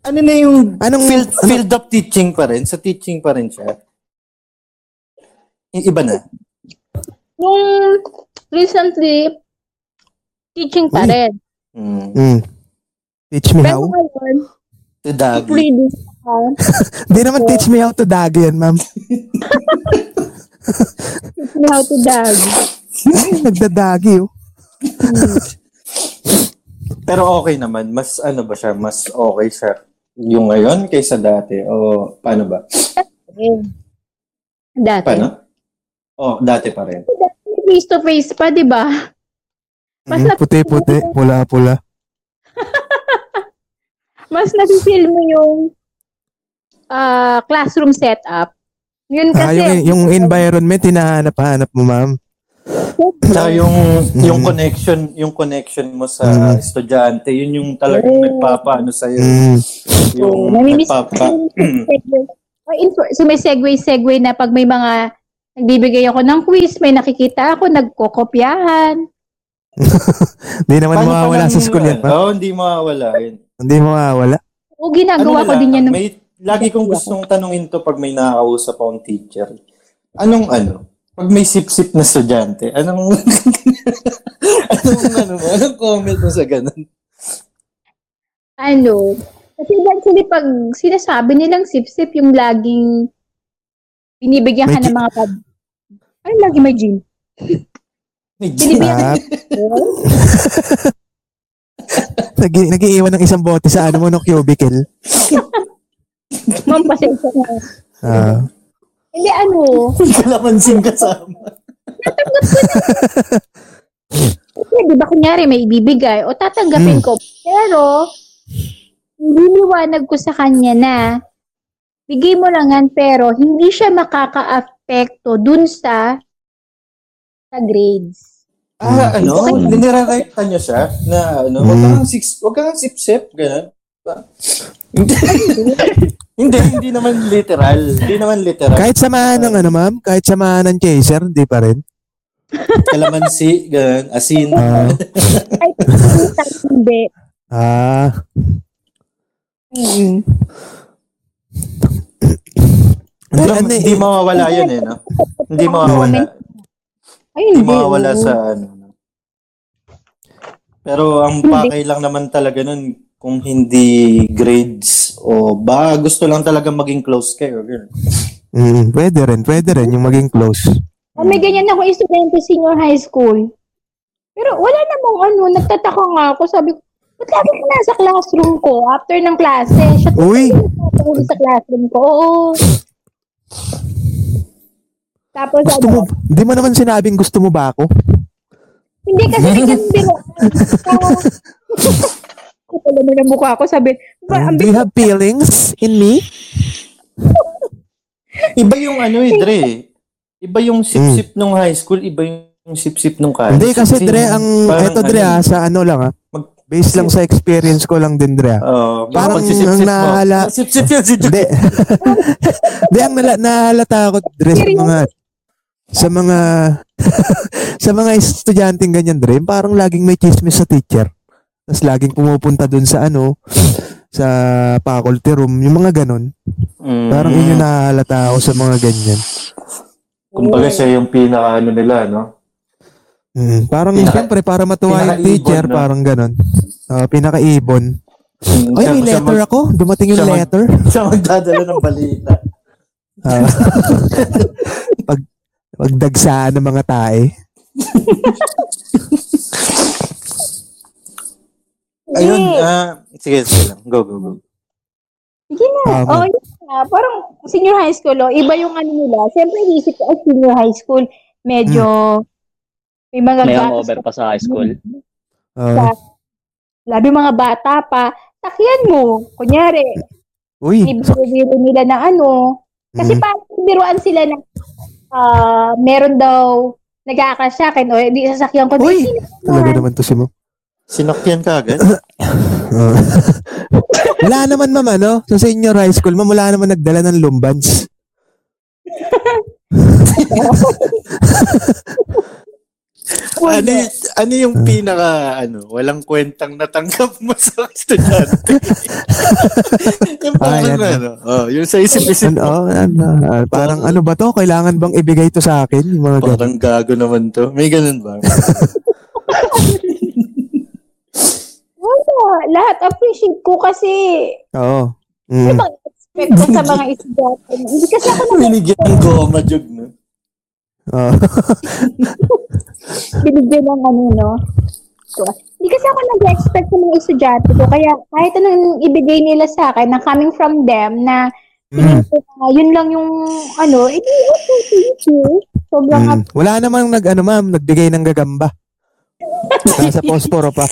[SPEAKER 2] Ano na yung
[SPEAKER 3] Anong,
[SPEAKER 2] field, field of teaching pa rin? Sa teaching pa rin siya? Yung iba na?
[SPEAKER 1] Nung recently, teaching pa
[SPEAKER 3] Uy.
[SPEAKER 1] rin.
[SPEAKER 2] Hmm.
[SPEAKER 3] Mm. Teach me how?
[SPEAKER 1] Pero ngayon,
[SPEAKER 2] To doggy.
[SPEAKER 1] reading ako.
[SPEAKER 3] Di naman teach me how to dago yan, ma'am.
[SPEAKER 1] Teach me how to dog.
[SPEAKER 3] Ay, Nagdadagi, oh.
[SPEAKER 2] Pero okay naman. Mas ano ba siya? Mas okay siya yung ngayon kaysa dati? O paano ba?
[SPEAKER 1] Eh. Dati.
[SPEAKER 2] Paano? O, dati pa rin.
[SPEAKER 1] Face to face pa, di ba? Mas
[SPEAKER 3] Mm,
[SPEAKER 1] nat-
[SPEAKER 3] Puti-puti, pula-pula.
[SPEAKER 1] Mas nafe-feel mo yung ah, classroom setup. Yun
[SPEAKER 3] Ah,
[SPEAKER 1] kasi,
[SPEAKER 3] yung, yung environment, hinahanap-hanap mo, ma'am.
[SPEAKER 2] Tsaka yung, yung
[SPEAKER 3] Mm.
[SPEAKER 2] connection, yung connection mo sa
[SPEAKER 3] Mm.
[SPEAKER 2] estudyante, yun yung talagang
[SPEAKER 1] Oh.
[SPEAKER 2] nagpapaano sa'yo.
[SPEAKER 3] Mm.
[SPEAKER 2] Yung
[SPEAKER 1] namimiss
[SPEAKER 2] nagpapa...
[SPEAKER 1] Or in, sumisegue-segue na pag may mga nagbibigay ako ng quiz, may nakikita ako, nagkokopyahan.
[SPEAKER 3] Di naman
[SPEAKER 2] Paano pa
[SPEAKER 3] mawawala sa
[SPEAKER 2] lang
[SPEAKER 3] school
[SPEAKER 2] yun?
[SPEAKER 3] yan, ma'am.
[SPEAKER 2] Oo, hindi mawawala. Yun.
[SPEAKER 3] Hindi mawawala.
[SPEAKER 1] O ginagawa
[SPEAKER 2] Ano
[SPEAKER 1] ko
[SPEAKER 2] na
[SPEAKER 1] din
[SPEAKER 2] lang,
[SPEAKER 1] yan. ng-
[SPEAKER 2] May, lagi kong gustong tanungin to pag may nakakausap akong teacher. Anong ano? Pag may sip-sip na estudyante, anong [laughs] anong ano mo? Anong comment mo sa ganun?
[SPEAKER 1] ano, kasi eventually pag sinasabi nilang sip-sip, yung laging binibigyan ka ng
[SPEAKER 3] May
[SPEAKER 1] mga pag... Ay, lagi may gin.
[SPEAKER 2] May
[SPEAKER 1] Binibigyan ka
[SPEAKER 3] Ah,
[SPEAKER 1] ng
[SPEAKER 3] [laughs] nag- nag-iiwan ng isang bote sa ano mo, no, cubicle.
[SPEAKER 1] Ma'am, pasensya na.
[SPEAKER 3] Ah.
[SPEAKER 1] Hindi, ano,
[SPEAKER 2] kalamansin kasama.
[SPEAKER 1] kasi di ba kunyari may ibibigay o tatanggapin ko, pero niliwanag ko sa kanya na bigay mo lang yan, pero hindi siya makaka-apekto dun sa sa grades.
[SPEAKER 2] Ah, ano? Ninirekta niyo siya na ano, wag kang six, wag kang sip-sip, ganun. Ba? Hindi. [laughs] hindi, hindi naman literal. Hindi naman literal.
[SPEAKER 3] Kahit samahan ng ano, ma'am, kahit samahan ng chaser, di pa rin.
[SPEAKER 2] Kalamansi, ganun, asin. [laughs]
[SPEAKER 3] Ah.
[SPEAKER 1] Ay, hindi.
[SPEAKER 3] Ah. Hindi,
[SPEAKER 2] Pero
[SPEAKER 3] ano,
[SPEAKER 2] hindi
[SPEAKER 3] eh, Ano eh?
[SPEAKER 2] mawawala yun eh, no? Hindi mawawala.
[SPEAKER 1] Ay,
[SPEAKER 2] Hindi
[SPEAKER 1] hindi.
[SPEAKER 2] mawawala sa ano. no? Pero ang pakay lang naman talaga nun, kung hindi grades o ba gusto lang talaga maging close kayo. ganun.
[SPEAKER 3] mm, pwede rin, pwede rin yung maging close.
[SPEAKER 1] Oh,
[SPEAKER 2] Mm.
[SPEAKER 1] may ganyan ako estudyante senior high school. Pero wala namang ano, nagtataka nga ako. Sabi ko, ba't lagi ka nasa classroom ko after ng klase? Siya to,
[SPEAKER 3] Uy!
[SPEAKER 1] "Lagi sa classroom ko. Oo. Tapos ano,
[SPEAKER 3] Gusto mo, di mo naman sinabing gusto mo ba ako?
[SPEAKER 1] Hindi
[SPEAKER 2] [laughs]
[SPEAKER 1] kasi ganyan biro. Kapala mo ng mukha ko, sabi, ba, ang
[SPEAKER 3] Do you have feelings in me?
[SPEAKER 2] Iba yung ano eh, Dre. Iba yung sip-sip nung high school, iba yung sip-sip nung college.
[SPEAKER 3] Hmm. Hindi kasi Dre, ang
[SPEAKER 2] Parang
[SPEAKER 3] eto Dre
[SPEAKER 2] ano,
[SPEAKER 3] ah, sa ano lang ah.
[SPEAKER 2] Mag-
[SPEAKER 3] Based lang sa experience ko lang din
[SPEAKER 2] [laughs]
[SPEAKER 3] Dre. ah.
[SPEAKER 2] Oo, oh, yung
[SPEAKER 3] Parang
[SPEAKER 2] pagsisip-sip
[SPEAKER 3] ang nahala-
[SPEAKER 2] mo. Ah, Sip-sip yun si Dre.
[SPEAKER 3] Hindi. [laughs] Hindi ang nala- nahalata ako Dre sa mga sa mga [laughs] sa mga estudyanteng ganyan Dre, parang laging may chismis sa teacher. Tapos laging pumupunta dun sa ano sa faculty room, yung mga ganon.
[SPEAKER 2] Mm.
[SPEAKER 3] Parang yun yung nahalata ako sa mga ganyan.
[SPEAKER 2] Kumbaga siya yung pinaka ano nila, no?
[SPEAKER 3] Mm, parang
[SPEAKER 2] Pinaka-
[SPEAKER 3] siyempre para matuwa yung
[SPEAKER 2] pinaka-ibon,
[SPEAKER 3] teacher,
[SPEAKER 2] no? Mm,
[SPEAKER 3] parang ganon. Ah, pinaka-ibon. Ay, may
[SPEAKER 2] Siya- siya
[SPEAKER 3] letter
[SPEAKER 2] mag-
[SPEAKER 3] ako. Dumating yung
[SPEAKER 2] siya mag-
[SPEAKER 3] letter.
[SPEAKER 2] Siya magdadala ng balita.
[SPEAKER 3] Ah. pag pagdagsaan ng mga tae.
[SPEAKER 2] Ayun, ah, sige, sige lang. Go, go, go.
[SPEAKER 1] Sige na. Oh,
[SPEAKER 3] Tama.
[SPEAKER 1] yun na. Parang senior high school, oh, iba yung ano nila. Siyempre, isip ko, oh, senior high school, medyo
[SPEAKER 2] Hmm.
[SPEAKER 1] may mga
[SPEAKER 6] May
[SPEAKER 1] gatas
[SPEAKER 6] hangover pa sa high school.
[SPEAKER 3] Ah,
[SPEAKER 1] Labi mga bata pa. Takyan mo.
[SPEAKER 3] [laughs]
[SPEAKER 1] Kunyari,
[SPEAKER 3] uy.
[SPEAKER 1] bibiro nila ng ano. Kasi
[SPEAKER 3] Mm.
[SPEAKER 1] parang biruan sila na ah, meron daw nag-aakasyakin o hindi sasakyan ko.
[SPEAKER 3] Uy!
[SPEAKER 1] Hindi, sino
[SPEAKER 3] Talaga
[SPEAKER 1] naman?
[SPEAKER 3] naman to si mo.
[SPEAKER 2] Sinakyan ka [laughs] agad?
[SPEAKER 3] Ah. wala naman ma'am ano, sa senior high school ma'am, wala naman nagdala ng lumbans.
[SPEAKER 2] ano, y- ano yung pinaka, ano, walang kwentang natanggap mo [laughs] sa estudyante? [laughs] yung
[SPEAKER 3] Ah,
[SPEAKER 2] parang
[SPEAKER 3] yan.
[SPEAKER 2] ano, oh, yung sa isip-isip [laughs]
[SPEAKER 3] Ano,
[SPEAKER 2] mo.
[SPEAKER 3] oh, ano, ah, parang ano ba to? Kailangan bang ibigay to sa akin? Yung mga ganun.
[SPEAKER 2] Parang gago naman to. May ganun ba?
[SPEAKER 1] Wala. Lahat appreciate ko kasi
[SPEAKER 3] Oo.
[SPEAKER 1] ano
[SPEAKER 3] Mm.
[SPEAKER 1] bang expect ko sa mga estudyante? Hindi kasi ako
[SPEAKER 3] [laughs]
[SPEAKER 1] naman
[SPEAKER 2] [laughs] Binigyan ng goma jug, no?
[SPEAKER 3] Oo.
[SPEAKER 1] binigyan ng ano, no? So, hindi kasi ako nag-expect sa mga estudyante ko. Kaya kahit anong ibigay nila sa akin, na coming from them, na
[SPEAKER 3] Mm.
[SPEAKER 1] tingin ko na ah, yun lang yung ano, eh, di, okay, thank you. Sobrang
[SPEAKER 3] Mm. Wala namang nag ano ma'am, nagbigay ng gagamba. Nasa posporo pa.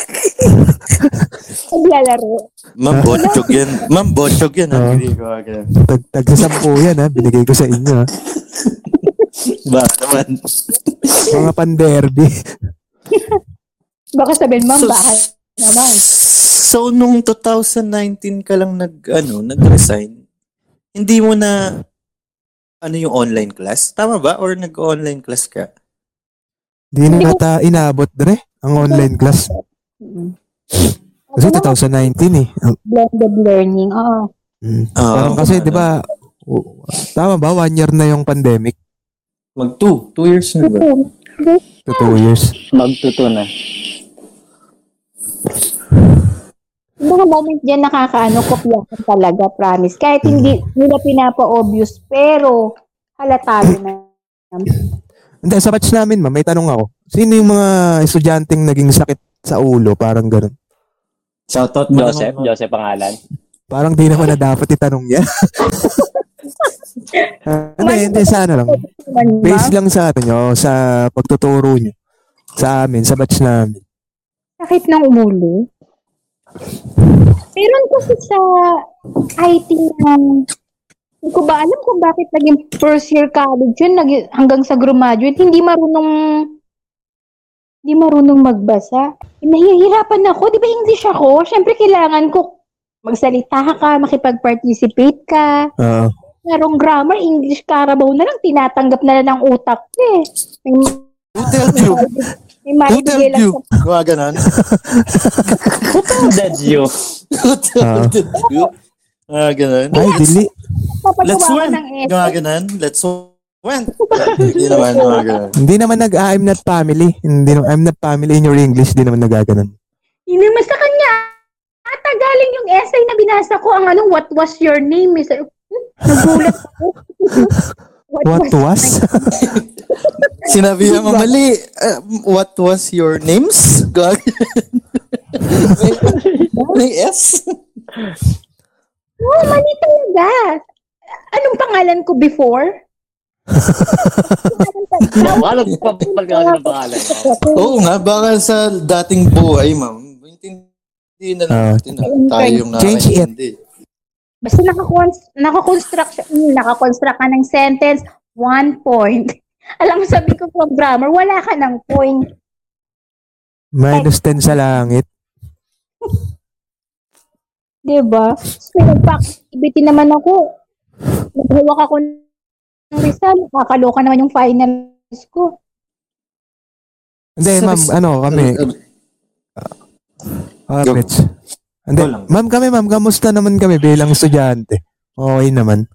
[SPEAKER 1] naglalaro.
[SPEAKER 2] Ma'am, botchog yan. Ma'am, botchog yan.
[SPEAKER 3] Oo.
[SPEAKER 2] Ang hindi ko agad.
[SPEAKER 3] Tag, tag sa sampu yan ha, binigay ko sa inyo ha.
[SPEAKER 2] Ba naman.
[SPEAKER 3] Mga panderby.
[SPEAKER 1] Baka sabihin, ma'am,
[SPEAKER 2] So-
[SPEAKER 1] bakit naman?
[SPEAKER 2] So, nung 2019 ka lang nag, ano, nag-resign, hindi mo na, ano yung online class? Tama ba? Or nag-online class ka?
[SPEAKER 3] Di na nata inabot dre ang online class. Kasi
[SPEAKER 1] Ano,
[SPEAKER 3] 2019 eh.
[SPEAKER 1] blended learning, oo.
[SPEAKER 3] Mm.
[SPEAKER 2] Oo,
[SPEAKER 3] Parang kasi
[SPEAKER 2] ano,
[SPEAKER 3] 'di ba o- tama ba one year na yung pandemic?
[SPEAKER 2] Mag two. Two years na ba?
[SPEAKER 3] To two years.
[SPEAKER 6] Magtuto na.
[SPEAKER 1] Yung mga moment dyan nakakaano, kopyahan talaga, promise. Kahit hindi nila pinapa-obvious, pero halatado na.
[SPEAKER 3] Hindi, sa batch namin ma, may tanong ako. Sino yung mga estudyanteng naging sakit sa ulo? Parang ganun.
[SPEAKER 2] Shoutout mo
[SPEAKER 6] Joseph,
[SPEAKER 2] naman.
[SPEAKER 6] Joseph pangalan.
[SPEAKER 3] Parang di naman na dapat itanong yan. [laughs] Hindi, hindi, sa ano lang.
[SPEAKER 1] Naman ba?
[SPEAKER 3] Base lang sa atin, oh, sa pagtuturo nyo. Sa amin, sa batch namin.
[SPEAKER 1] Sakit ng ulo. Meron kasi sa IT ng hindi ko ba alam kung bakit naging first year college yun naging, hanggang sa graduate hindi marunong hindi marunong magbasa. Nahihirapan ako. Di ba English ako? Siyempre kailangan ko magsalita ka, makipag-participate ka.
[SPEAKER 3] Oo.
[SPEAKER 1] Merong grammar, English Carabao na lang, tinatanggap na lang ng utak ko eh. May,
[SPEAKER 2] Who told you?
[SPEAKER 1] may
[SPEAKER 2] Who told
[SPEAKER 1] maibigay lang
[SPEAKER 2] you?
[SPEAKER 1] sa
[SPEAKER 2] Mga ganon.
[SPEAKER 6] That's you.
[SPEAKER 2] Who told you? Mga ganon.
[SPEAKER 3] Ay, dili.
[SPEAKER 2] Let's
[SPEAKER 1] papagawa ko
[SPEAKER 2] win.
[SPEAKER 1] ng
[SPEAKER 2] Mga
[SPEAKER 1] essay.
[SPEAKER 2] ganon. Let's win. Hindi naman, mga ganon.
[SPEAKER 3] Hindi naman nag ah, I'm not family. Hindi naman I'm not family in your English. Hindi naman nagaganon.
[SPEAKER 1] Inimas sa kanya. Ata, galing yung essay na binasa ko, ang ano, what was your name? Is, hmm? nagulat ako. [laughs] what,
[SPEAKER 3] What
[SPEAKER 1] was,
[SPEAKER 3] was?
[SPEAKER 2] Sinabi niya mamali, uh, what was your names? Gag. may, [laughs] may S?
[SPEAKER 1] Oh, mali talaga. Anong pangalan ko before?
[SPEAKER 6] Baka nagpapapal ka kasi ng pangalan.
[SPEAKER 1] Oh.
[SPEAKER 2] Oo nga, baka sa dating buhay, ma'am, hindi na
[SPEAKER 3] Ah.
[SPEAKER 2] natin na tayong
[SPEAKER 3] Change it.
[SPEAKER 2] nakakaintindi.
[SPEAKER 1] Basta nakakonst- nakakonstruct, siya- mm, nakakonstruct ka ng sentence, one point. [laughs] Alam mo, sabi ko from grammar, wala ka ng point.
[SPEAKER 3] [laughs] Minus 10 sa langit.
[SPEAKER 1] Diba? So, nagpa-activity naman ako. Naghawak ako ng result. Nakakaloka naman yung finals ko.
[SPEAKER 2] Sa-
[SPEAKER 3] Hindi, ma'am, ano kami?
[SPEAKER 2] Um,
[SPEAKER 3] Ah,
[SPEAKER 2] Go.
[SPEAKER 3] Mitch. Hindi,
[SPEAKER 2] Go lang.
[SPEAKER 3] ma'am kami, ma'am, kamusta naman kami bilang estudyante? Okay naman.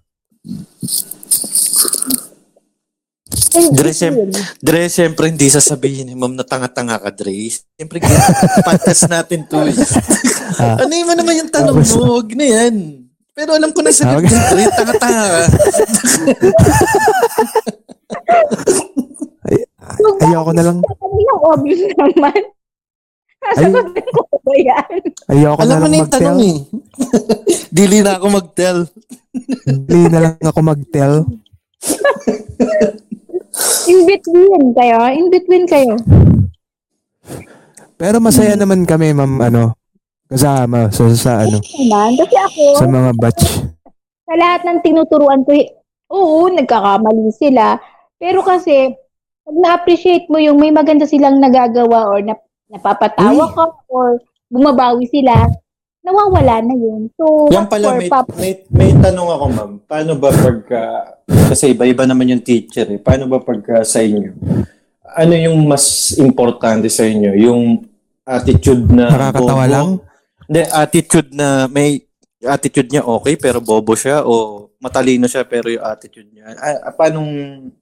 [SPEAKER 2] Dre, siyempre, Dre, siyempre hindi sasabihin ni ma'am na tanga-tanga ka, Dre. Siyempre,
[SPEAKER 3] [laughs]
[SPEAKER 2] ganyan, podcast natin to. eh.
[SPEAKER 3] Ah.
[SPEAKER 2] ano yung ano naman yung tanong mo? Huwag na yan. Pero alam ko na sa
[SPEAKER 3] Tawag-
[SPEAKER 2] Dre, tanga-tanga ka.
[SPEAKER 3] Ayoko na lang,
[SPEAKER 1] Yung obvious naman. [laughs] Sasagutin ko ko ba yan?
[SPEAKER 3] ayoko na
[SPEAKER 2] Alam mo
[SPEAKER 3] lang
[SPEAKER 2] na yung
[SPEAKER 3] mag-tell.
[SPEAKER 2] tanong eh. [laughs] Dili na ako mag-tell.
[SPEAKER 3] Hindi na lang ako mag-tell.
[SPEAKER 1] In between kayo. In between kayo.
[SPEAKER 3] Pero
[SPEAKER 2] Hmm.
[SPEAKER 3] masaya naman kami, ma'am, ano, kasama sa, sa ano,
[SPEAKER 1] Naman. Diba? Kasi ako,
[SPEAKER 3] sa mga batch.
[SPEAKER 1] sa lahat ng tinuturuan ko, eh, oo, nagkakamali sila. Pero kasi, pag na-appreciate mo yung may maganda silang nagagawa or nap- napapatawa ka or bumabawi sila, nawawala na yun. So,
[SPEAKER 2] Yan pala,
[SPEAKER 1] for
[SPEAKER 2] may,
[SPEAKER 1] pop-
[SPEAKER 2] may, may tanong ako, ma'am. Paano ba pagka, kasi iba-iba naman yung teacher eh. Paano ba pagka sa inyo? Ano yung mas importante sa inyo? Yung attitude na
[SPEAKER 3] Nakakatawa lang?
[SPEAKER 2] Hindi, attitude na may attitude niya okay pero bobo siya o matalino siya pero yung attitude niya. Ah, paano,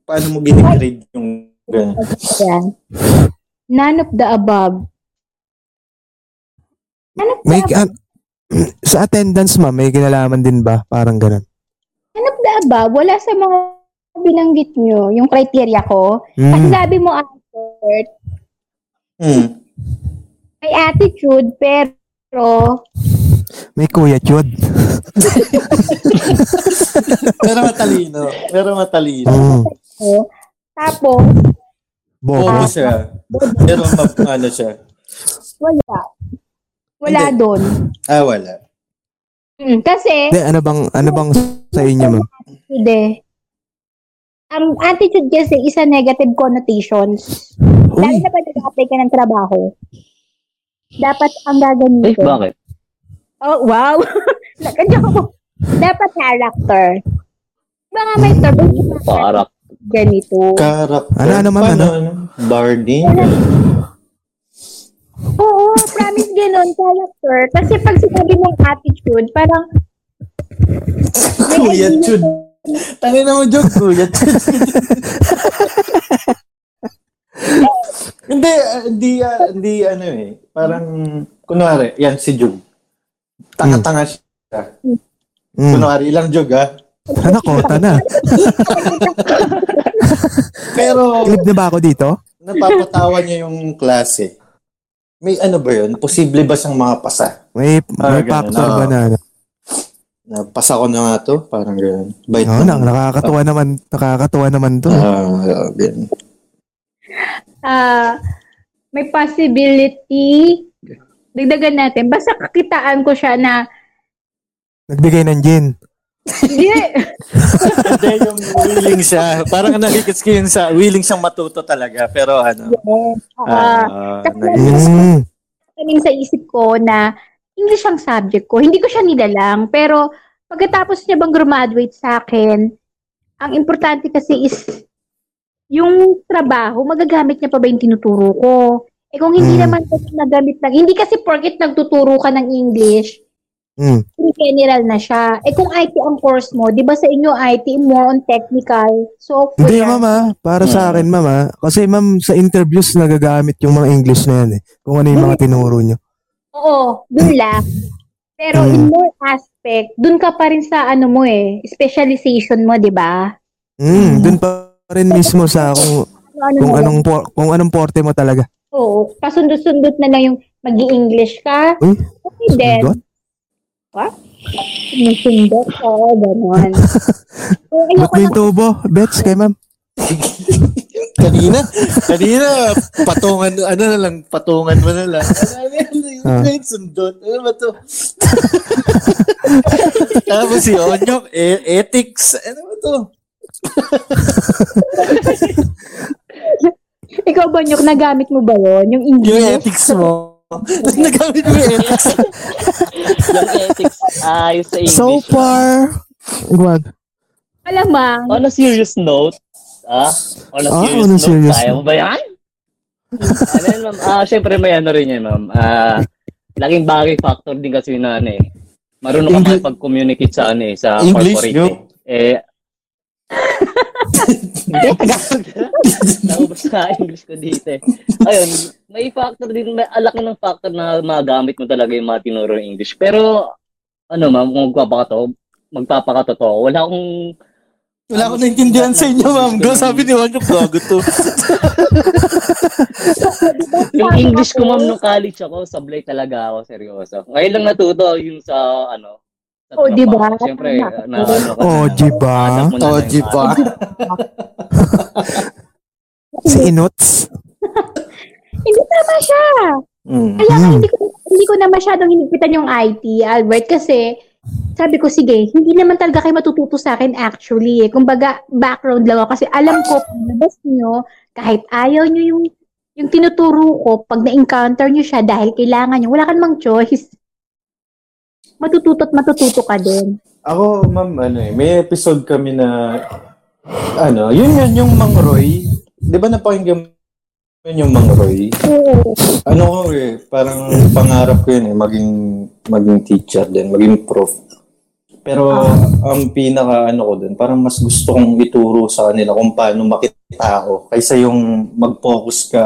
[SPEAKER 2] paano mo ginigrade yung ganun?
[SPEAKER 1] Yan. None of the above. None of the,
[SPEAKER 3] May,
[SPEAKER 1] above.
[SPEAKER 3] an- [clears throat] sa attendance, ma'am, may kinalaman din ba? Parang ganun.
[SPEAKER 1] none of the above. Wala sa mga binanggit nyo, yung criteria ko. Kasi
[SPEAKER 3] Mm.
[SPEAKER 1] sabi mo, Albert,
[SPEAKER 2] Hmm.
[SPEAKER 1] may attitude, pero
[SPEAKER 3] May kuya, chud.
[SPEAKER 2] Pero matalino. Pero matalino.
[SPEAKER 3] Mm.
[SPEAKER 1] Oh. Tapos,
[SPEAKER 3] Bobo.
[SPEAKER 2] Bobo siya. Pero mab- ano siya.
[SPEAKER 1] wala. Wala
[SPEAKER 2] Hindi.
[SPEAKER 1] doon.
[SPEAKER 2] Ah, wala.
[SPEAKER 1] Mm, kasi,
[SPEAKER 3] Hindi, ano bang, ano bang sa inyo, ma'am?
[SPEAKER 1] hindi. Ang attitude kasi isa negative connotations. Lalo
[SPEAKER 3] Uy,
[SPEAKER 1] na pag nag-apply ka ng trabaho, dapat ang
[SPEAKER 6] Eh,
[SPEAKER 1] gaganito.
[SPEAKER 6] bakit?
[SPEAKER 1] Oh, wow! [laughs] Nakadya ko. Dapat character. Mga may trabaho
[SPEAKER 6] Para
[SPEAKER 1] ganito.
[SPEAKER 2] Character.
[SPEAKER 3] Ano, ano, ma'am,
[SPEAKER 2] Paano,
[SPEAKER 3] ano?
[SPEAKER 2] Barney?
[SPEAKER 1] Oo, promise ganun, character. Kasi pag sinabi mong attitude, parang
[SPEAKER 2] Kuya Chud. ano? Tangin na mo joke, Kuya Chud. [laughs] hindi, ah, hindi, ah, hindi ano eh. Parang, kunwari, yan si Jug. Tanga-tanga siya.
[SPEAKER 3] mm.
[SPEAKER 2] Kunwari, ilang Jug ah.
[SPEAKER 3] ano kota na?
[SPEAKER 2] Pero,
[SPEAKER 3] Clip na ba ako dito?
[SPEAKER 2] napapatawa niya yung klase. May ano ba yun? Posible ba siyang makapasa?
[SPEAKER 3] May,
[SPEAKER 2] Ah,
[SPEAKER 3] may
[SPEAKER 2] ganun,
[SPEAKER 3] factor
[SPEAKER 2] oo.
[SPEAKER 3] ba na? ano?
[SPEAKER 2] Napasa ko na nga to? Parang gano'n. Bait
[SPEAKER 3] Oo, Ah, nang Ano, nakakatuwa naman, nakakatuwa naman to.
[SPEAKER 2] Ah, ganun.
[SPEAKER 1] ah may possibility dagdagan natin. Basta kakitaan ko siya na
[SPEAKER 3] Nagbigay ng gin.
[SPEAKER 1] hindi
[SPEAKER 2] Hindi, yung willing siya. Parang nakikits ko yun sa willing siyang matuto talaga. Pero ano,
[SPEAKER 1] ah
[SPEAKER 2] ah,
[SPEAKER 1] kasi
[SPEAKER 2] nag-
[SPEAKER 3] Mm.
[SPEAKER 1] kaming sa isip ko na English ang subject ko. Hindi ko siya nilalang. Pero pagkatapos niya bang graduate sa akin, ang importante kasi is yung trabaho, magagamit niya pa ba yung tinuturo ko? Eh kung hindi
[SPEAKER 3] Mm.
[SPEAKER 1] naman kasi nagamit ng, hindi kasi porket nagtuturo ka ng English,
[SPEAKER 3] Mm.
[SPEAKER 1] in general na siya. Eh kung IT ang course mo, 'di ba sa inyo IT more on technical. So
[SPEAKER 3] Hindi, mama. Para sa akin, mama. Kasi, ma'am, sa interviews, nagagamit yung mga English na yan eh. Kung ano yung mga tinuro nyo.
[SPEAKER 1] Oo, dun lang. Pero in
[SPEAKER 3] Hmm.
[SPEAKER 1] more aspect, dun ka pa rin sa ano mo eh, specialization mo, 'di ba?
[SPEAKER 3] Mm, dun pa rin mismo sa kung,
[SPEAKER 1] Ano,
[SPEAKER 3] kung
[SPEAKER 1] mo lang.
[SPEAKER 3] anong por- kung anong porte mo talaga.
[SPEAKER 1] Oo, pasundot-sundot na lang yung mag english ka.
[SPEAKER 3] Uy,
[SPEAKER 1] Okay din.
[SPEAKER 3] sundot?
[SPEAKER 1] What? Nagsindot ko,
[SPEAKER 3] [laughs]
[SPEAKER 1] gano'n. Eh,
[SPEAKER 3] Ba't
[SPEAKER 1] ayoko
[SPEAKER 3] na
[SPEAKER 1] na
[SPEAKER 3] yung tubo? Bets kay ma'am?
[SPEAKER 2] Kanina, kanina, patungan, ano na lang, patungan mo na lang. Ano
[SPEAKER 3] Ah.
[SPEAKER 2] yung sundot? Ano ba to? [laughs] Tapos si Onyok, e- ethics, ano ba to?
[SPEAKER 1] Ikaw ba, Nyok, nagamit mo ba yun? Yung English?
[SPEAKER 2] Yung ethics mo. Nagamit mo yung ethics.
[SPEAKER 6] Yung ethics, ayos sa English.
[SPEAKER 3] So far, wag.
[SPEAKER 1] Malamang.
[SPEAKER 6] On a serious note, ah, on a
[SPEAKER 3] Ah,
[SPEAKER 6] serious
[SPEAKER 3] on a
[SPEAKER 6] note,
[SPEAKER 3] serious
[SPEAKER 6] kaya mo ba yan? ano yan, ma'am? Ah, syempre may ano rin yan, ma'am. Ah, laking bagay factor din kasi na ano eh. Marunong ka
[SPEAKER 2] Engli-
[SPEAKER 6] makipag-communicate sa ano eh, sa
[SPEAKER 2] English,
[SPEAKER 6] corporate
[SPEAKER 2] yo.
[SPEAKER 6] eh. Eh, Hindi, Tagalog. Naubos [laughs] na English ko dito eh. Ayun, may factor din, may alak ng factor na magamit mo talaga yung mga tinuro ng English. Pero, ano ma'am, kung magpapakatotoo, magpapakatotoo, wala akong
[SPEAKER 2] Wala akong naintindihan sa inyo, ma'am. Go, sabi ni Onyok, gago to.
[SPEAKER 6] Yung English ko ma'am nung college ako, sablay talaga ako, seryoso. Ngayon lang natuto yung sa ano. Sa
[SPEAKER 1] Oh,
[SPEAKER 6] tropa
[SPEAKER 1] di ba?
[SPEAKER 6] ko. Siyempre,
[SPEAKER 1] Tama.
[SPEAKER 6] na ano ka.
[SPEAKER 3] Oh,
[SPEAKER 6] na-
[SPEAKER 3] di ba?
[SPEAKER 6] Anak mo na lang yung
[SPEAKER 2] ba?
[SPEAKER 3] Si Inots.
[SPEAKER 1] Hindi tama siya.
[SPEAKER 2] Mm.
[SPEAKER 1] Kaya nga,
[SPEAKER 3] Hmm.
[SPEAKER 1] hindi ko, hindi ko na masyadong hinipitan yung IT, Albert, kasi sabi ko, sige, hindi naman talaga kayo matututo sa akin actually. Eh. Kumbaga, background lang ako. Kasi alam ko, paglabas nyo, kahit ayaw nyo yung, yung tinuturo ko, pag na-encounter nyo siya dahil kailangan nyo, wala ka namang choice. Matututo at matututo ka din.
[SPEAKER 2] Ako, ma'am, ano eh, may episode kami na, ano, yun yun, yung Mang Roy. Di ba napakinggan mo yun yung Mang Roy?
[SPEAKER 1] Oo.
[SPEAKER 2] Ano ko eh, parang pangarap ko yun eh, maging, maging teacher din, maging prof. Pero ang pinaka ano ko dun, parang mas gusto kong ituro sa kanila kung paano makitao kaysa yung mag-focus ka